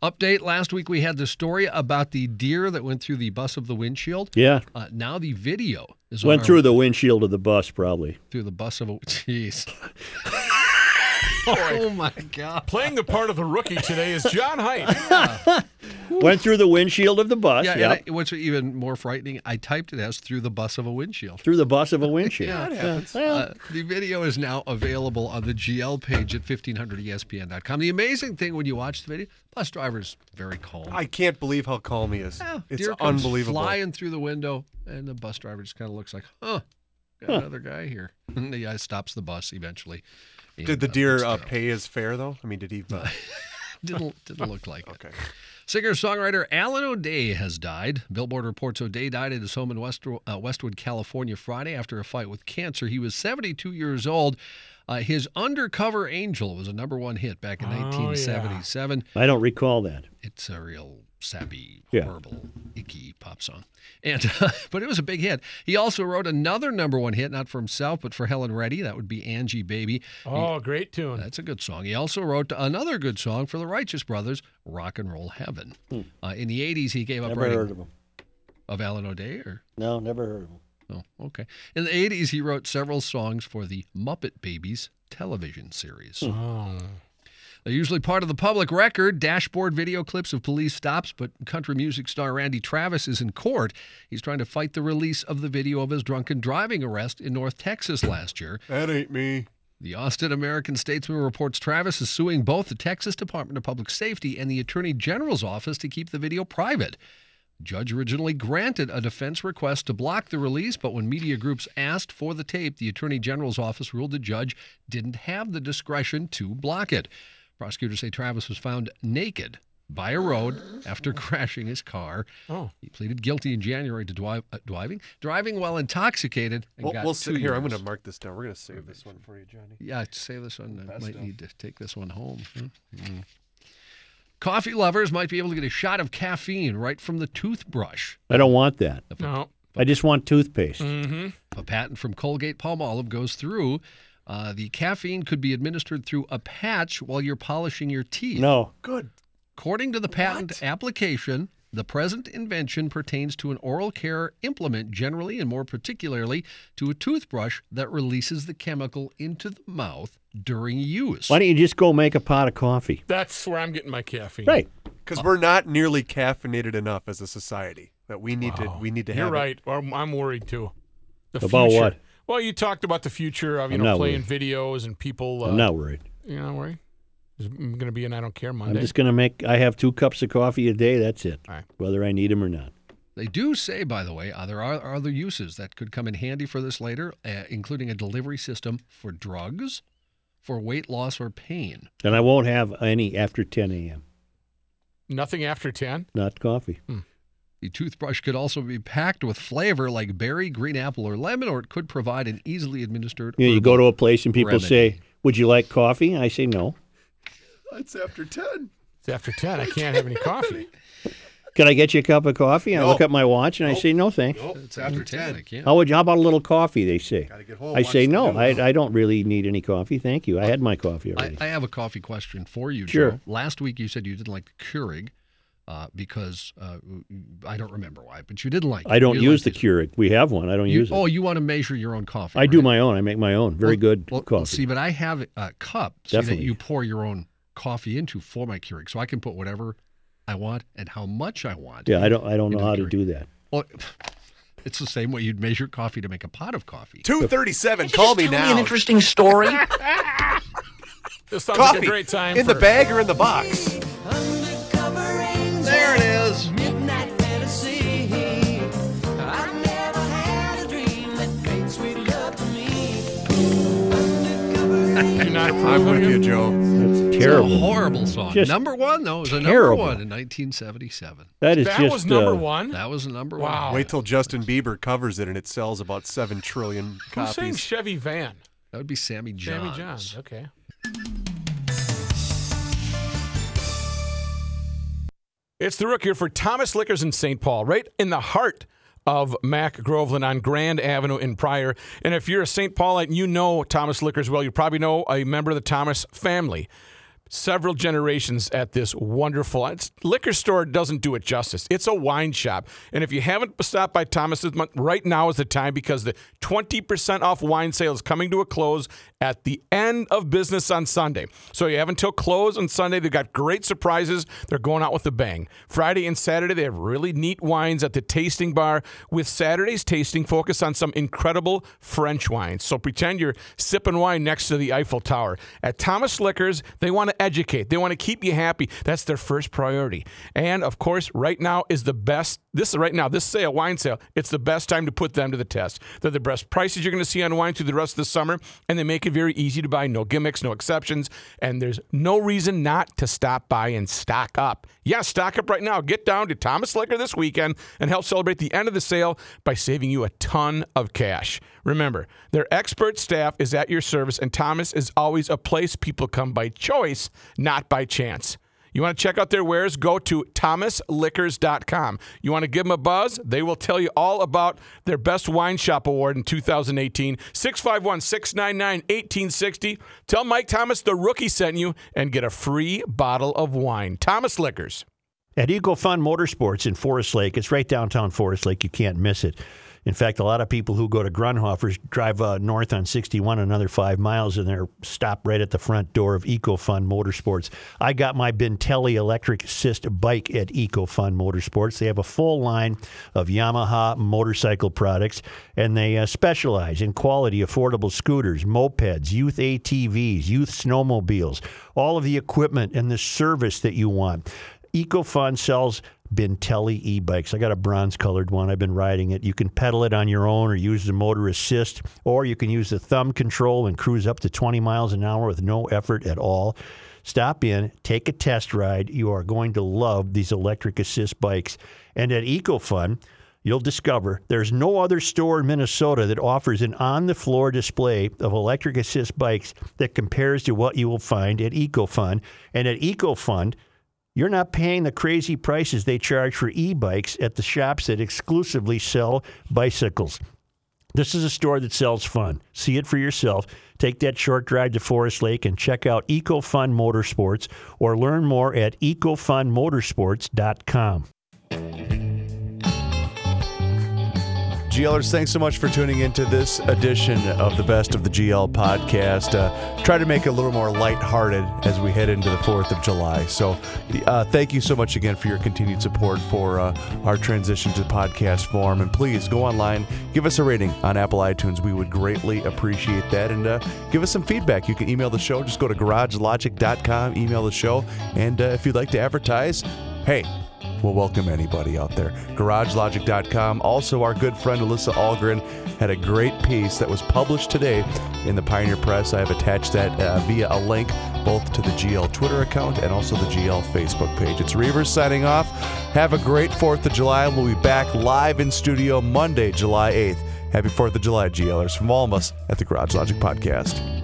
Speaker 22: Update last week we had the story about the deer that went through the bus of the windshield.
Speaker 3: Yeah.
Speaker 22: Uh, now the video is on
Speaker 3: Went
Speaker 22: our-
Speaker 3: through the windshield of the bus, probably.
Speaker 22: through the bus of a jeez.
Speaker 2: Oh
Speaker 22: my God.
Speaker 2: Playing the part of the rookie today is John Height.
Speaker 3: Went through the windshield of the bus.
Speaker 22: yeah,
Speaker 3: Yeah.
Speaker 22: and I- what's even more frightening, I typed it as through the bus of a windshield.
Speaker 3: through the bus of a windshield.
Speaker 22: Yeah, Uh, the video is now available on the GL page at E 1500ESPN.com. The amazing thing when you watch the video, bus driver's very calm.
Speaker 4: I can't believe how calm he is.
Speaker 22: Yeah,
Speaker 4: it's
Speaker 22: deer comes
Speaker 4: unbelievable.
Speaker 22: Flying through the window, and the bus driver just kind of looks like, huh, got
Speaker 4: Huh.
Speaker 22: another guy here. And the guy stops the bus eventually.
Speaker 4: Did the deer uh, pay his fare though? I mean, did he? Uh,
Speaker 22: didn't didn't look like it. Singer songwriter Alan O'Day has died. Billboard reports O'Day died at his home in West, uh, Westwood, California, Friday after a fight with cancer. He was 72 years old. Uh, his Undercover Angel was a number one hit back
Speaker 2: Oh,
Speaker 22: in 1977.
Speaker 3: I don't recall that.
Speaker 22: It's a real sappy,
Speaker 3: Yeah.
Speaker 22: horrible, icky pop song. And but it was a big hit. He also wrote another number one hit, not for himself, but for Helen Reddy. That would be Angie Baby.
Speaker 2: Oh, great tune.
Speaker 22: That's a good song. He also wrote another good song for the Righteous Brothers, Rock and Roll Heaven. Uh, in the 80s, he gave up
Speaker 3: Hmm. Never
Speaker 22: writing
Speaker 3: heard of him.
Speaker 22: of Alan O'Day or
Speaker 3: No, never heard of him.
Speaker 22: Oh, okay. In the 80s, he wrote several songs for the Muppet Babies television series.
Speaker 4: Hmm.
Speaker 22: They're usually part of the public record, dashboard video clips of police stops, but country music star Randy Travis is in court. He's trying to fight the release of the video of his drunken driving arrest in North Texas last year.
Speaker 4: That ain't me.
Speaker 22: The Austin American Statesman reports Travis is suing both the Texas Department of Public Safety and the Attorney General's office to keep the video private. Judge originally granted a defense request to block the release, but when media groups asked for the tape, the Attorney General's office ruled the judge didn't have the discretion to block it. Prosecutors say Travis was found naked by a road after crashing his car.
Speaker 2: Oh.
Speaker 22: He pleaded guilty in January to dwi- uh, driving, driving while intoxicated, and
Speaker 4: We'll,
Speaker 22: got
Speaker 4: we'll
Speaker 22: two
Speaker 4: sit here. I'm
Speaker 22: years.
Speaker 4: going to mark this down. We're going to save this one for you, Johnny.
Speaker 22: Yeah, I'd say this one. I
Speaker 4: Best
Speaker 22: might
Speaker 4: of.
Speaker 22: need to take this one home. huh? Mm. Coffee lovers might be able to get a shot of caffeine right from the toothbrush.
Speaker 3: I don't want that.
Speaker 22: No.
Speaker 3: I just want toothpaste.
Speaker 22: Mm. A patent from Colgate Palmolive goes through. Uh, the caffeine could be administered through a patch while you're polishing your teeth.
Speaker 3: No.
Speaker 4: Good.
Speaker 22: According to the patent application, the present invention pertains to an oral care implement generally and more particularly to a toothbrush that releases the chemical into the mouth during use.
Speaker 3: Why don't you just go make a pot of coffee?
Speaker 2: That's where I'm getting my caffeine.
Speaker 4: Because we're not nearly caffeinated enough as a society that we need to we need to
Speaker 2: You're
Speaker 4: have.
Speaker 2: right. I'm, I'm worried too. The
Speaker 3: About
Speaker 2: future.
Speaker 3: what?
Speaker 2: Well, you talked about the future of you
Speaker 3: I'm
Speaker 2: know
Speaker 3: not
Speaker 2: playing videos and people. Uh,
Speaker 3: I'm not worried.
Speaker 2: You're not worried. There's- I'm going to be an I don't care Monday.
Speaker 3: I'm just going to make, I have two cups of coffee a day. That's it, whether I need them or not.
Speaker 22: They do say, by the way, uh, there are, are other uses that could come in handy for this later, uh, including a delivery system for drugs, for weight loss or pain.
Speaker 3: And I won't have any after 10 a.m.
Speaker 2: Nothing after ten.
Speaker 3: Not coffee.
Speaker 22: Hmm. The toothbrush could also be packed with flavor like berry, green apple, or lemon, or it could provide an easily administered.
Speaker 3: You, know, you go to a place and people
Speaker 22: remedy.
Speaker 3: say, Would you like coffee? I say, No.
Speaker 4: It's after ten.
Speaker 2: It's after ten. I can't have any coffee.
Speaker 3: Can I get you a cup of coffee? I
Speaker 4: No.
Speaker 3: look at my watch and I say, No, thanks.
Speaker 22: It's after 10. I can't.
Speaker 3: How would you, how about a little coffee? They say.
Speaker 22: get home,
Speaker 3: I
Speaker 22: watch
Speaker 3: say
Speaker 22: the
Speaker 3: no.
Speaker 22: news."
Speaker 3: I, I don't really need any coffee. Thank you. I had my coffee
Speaker 22: I,
Speaker 3: already.
Speaker 22: I have a coffee question for you,
Speaker 3: Sure.
Speaker 22: Joe. Last week you said you didn't like the Keurig uh, because uh, I don't remember why, but you didn't like it.
Speaker 3: I, don't
Speaker 22: You
Speaker 3: use
Speaker 22: liked
Speaker 3: the Keurig. We have one. I don't
Speaker 22: You-
Speaker 3: use it.
Speaker 22: Oh, you want to measure your own coffee?
Speaker 3: I do my own. I make my own. Very good coffee.
Speaker 22: See, but I have a cup see, that
Speaker 3: Definitely.
Speaker 22: you pour your own coffee into for my Keurig, so I can put whatever I want and how much I want.
Speaker 3: yeah, I don't. I don't know
Speaker 22: into
Speaker 3: how
Speaker 22: the
Speaker 3: to
Speaker 22: Keurig.
Speaker 3: do that.
Speaker 22: Well, it's the same way you'd measure coffee to make a pot of coffee.
Speaker 4: Two thirty-seven. Call me now.
Speaker 22: interesting story.
Speaker 2: This sounds
Speaker 4: Coffee
Speaker 2: like a great time
Speaker 4: in the
Speaker 2: for-
Speaker 4: bag or in the box.
Speaker 22: There it is.
Speaker 12: Midnight fantasy. I've never had a dream that brings sweet love to me.
Speaker 22: I'm
Speaker 4: with you, Joe.
Speaker 22: That's
Speaker 24: terrible.
Speaker 22: It's a horrible song.
Speaker 24: Just
Speaker 22: number one, though, it was a number
Speaker 24: terrible.
Speaker 22: one in 1977.
Speaker 24: That is That just,
Speaker 22: was
Speaker 24: number uh,
Speaker 22: one. That was number one.
Speaker 2: Oh.
Speaker 4: Wait till Justin Bieber covers it and it sells about seven trillion
Speaker 2: Who's saying
Speaker 4: copies.
Speaker 2: Chevy van?
Speaker 22: That would be Sammy
Speaker 2: Jamie
Speaker 22: John.
Speaker 2: Johns. Okay. It's the Rook here for Thomas Liquors in St. Paul, right in the heart of Mac Groveland on Grand Avenue in Pryor. And if you're a St. Paulite and you know Thomas Liquors well, you probably know a member of the Thomas family. Several generations at this wonderful it's, liquor store doesn't do it justice. It's a wine shop, and if you haven't stopped by Thomas's month, right now is the time because the 20% off wine sale is coming to a close at the end of business on Sunday. So you have until close on Sunday. They've got great surprises. They're going out with a bang. Friday and Saturday, they have really neat wines at the tasting bar, with Saturday's tasting focused on some incredible French wines. So pretend you're sipping wine next to the Eiffel Tower. At Thomas Liquors, they want to educate, they want to keep you happy. That's their first priority. And of course, right now is the best. This is right now, this sale, wine sale, it's the best time to put them to the test. They're the best prices you're going to see on wine through the rest of the summer, and they make it very easy to buy. No gimmicks, no exceptions, and there's no reason not to stop by and stock up. Yeah, stock up right now. Get down to Thomas Liquor this weekend and help celebrate the end of the sale by saving you a ton of cash. Remember, their expert staff is at your service, and Thomas is always a place people come by choice, not by chance. You want to check out their wares? Go to thomasliquors.com. You want to give them a buzz? They will tell you all about their Best Wine Shop Award in 2018. 651 699 1860. Tell Mike Thomas the rookie sent you and get a free bottle of wine. Thomas Liquors.
Speaker 3: At Eagle Fun Motorsports in Forest Lake, it's right downtown Forest Lake. You can't miss it. In fact, a lot of people who go to Grunhofer's drive uh, north on 61 another five miles and they're stopped right at the front door of EcoFun Motorsports. I got my Bentelli electric assist bike at EcoFun Motorsports. They have a full line of Yamaha motorcycle products and they uh, specialize in quality, affordable scooters, mopeds, youth ATVs, youth snowmobiles, all of the equipment and the service that you want. EcoFun sells Bentelli e-bikes. I got a bronze-colored one. I've been riding it. You can pedal it on your own or use the motor assist, or you can use the thumb control and cruise up to 20 miles an hour with no effort at all. Stop in, take a test ride. You are going to love these electric assist bikes. And at EcoFun, you'll discover there's no other store in Minnesota that offers an on the floor display of electric assist bikes that compares to what you will find at EcoFun. And at EcoFun, you're not paying the crazy prices they charge for e bikes at the shops that exclusively sell bicycles. This is a store that sells fun. See it for yourself. Take that short drive to Forest Lake and check out EcoFun Motorsports or learn more at ecofunmotorsports.com.
Speaker 4: GLers, thanks so much for tuning into this edition of the Best of the GL podcast. Uh, try to make it a little more lighthearted as we head into the 4th of July. So, uh, thank you so much again for your continued support for uh, our transition to podcast form. And please go online, give us a rating on Apple iTunes. We would greatly appreciate that. And uh, give us some feedback. You can email the show. Just go to garagelogic.com, email the show. And uh, if you'd like to advertise, hey, We'll welcome anybody out there. GarageLogic.com. Also, our good friend Alyssa Algren had a great piece that was published today in the Pioneer Press. I have attached that uh, via a link both to the GL Twitter account and also the GL Facebook page. It's Reavers signing off. Have a great 4th of July. We'll be back live in studio Monday, July 8th. Happy 4th of July, GLers, from all of us at the Garage Logic Podcast.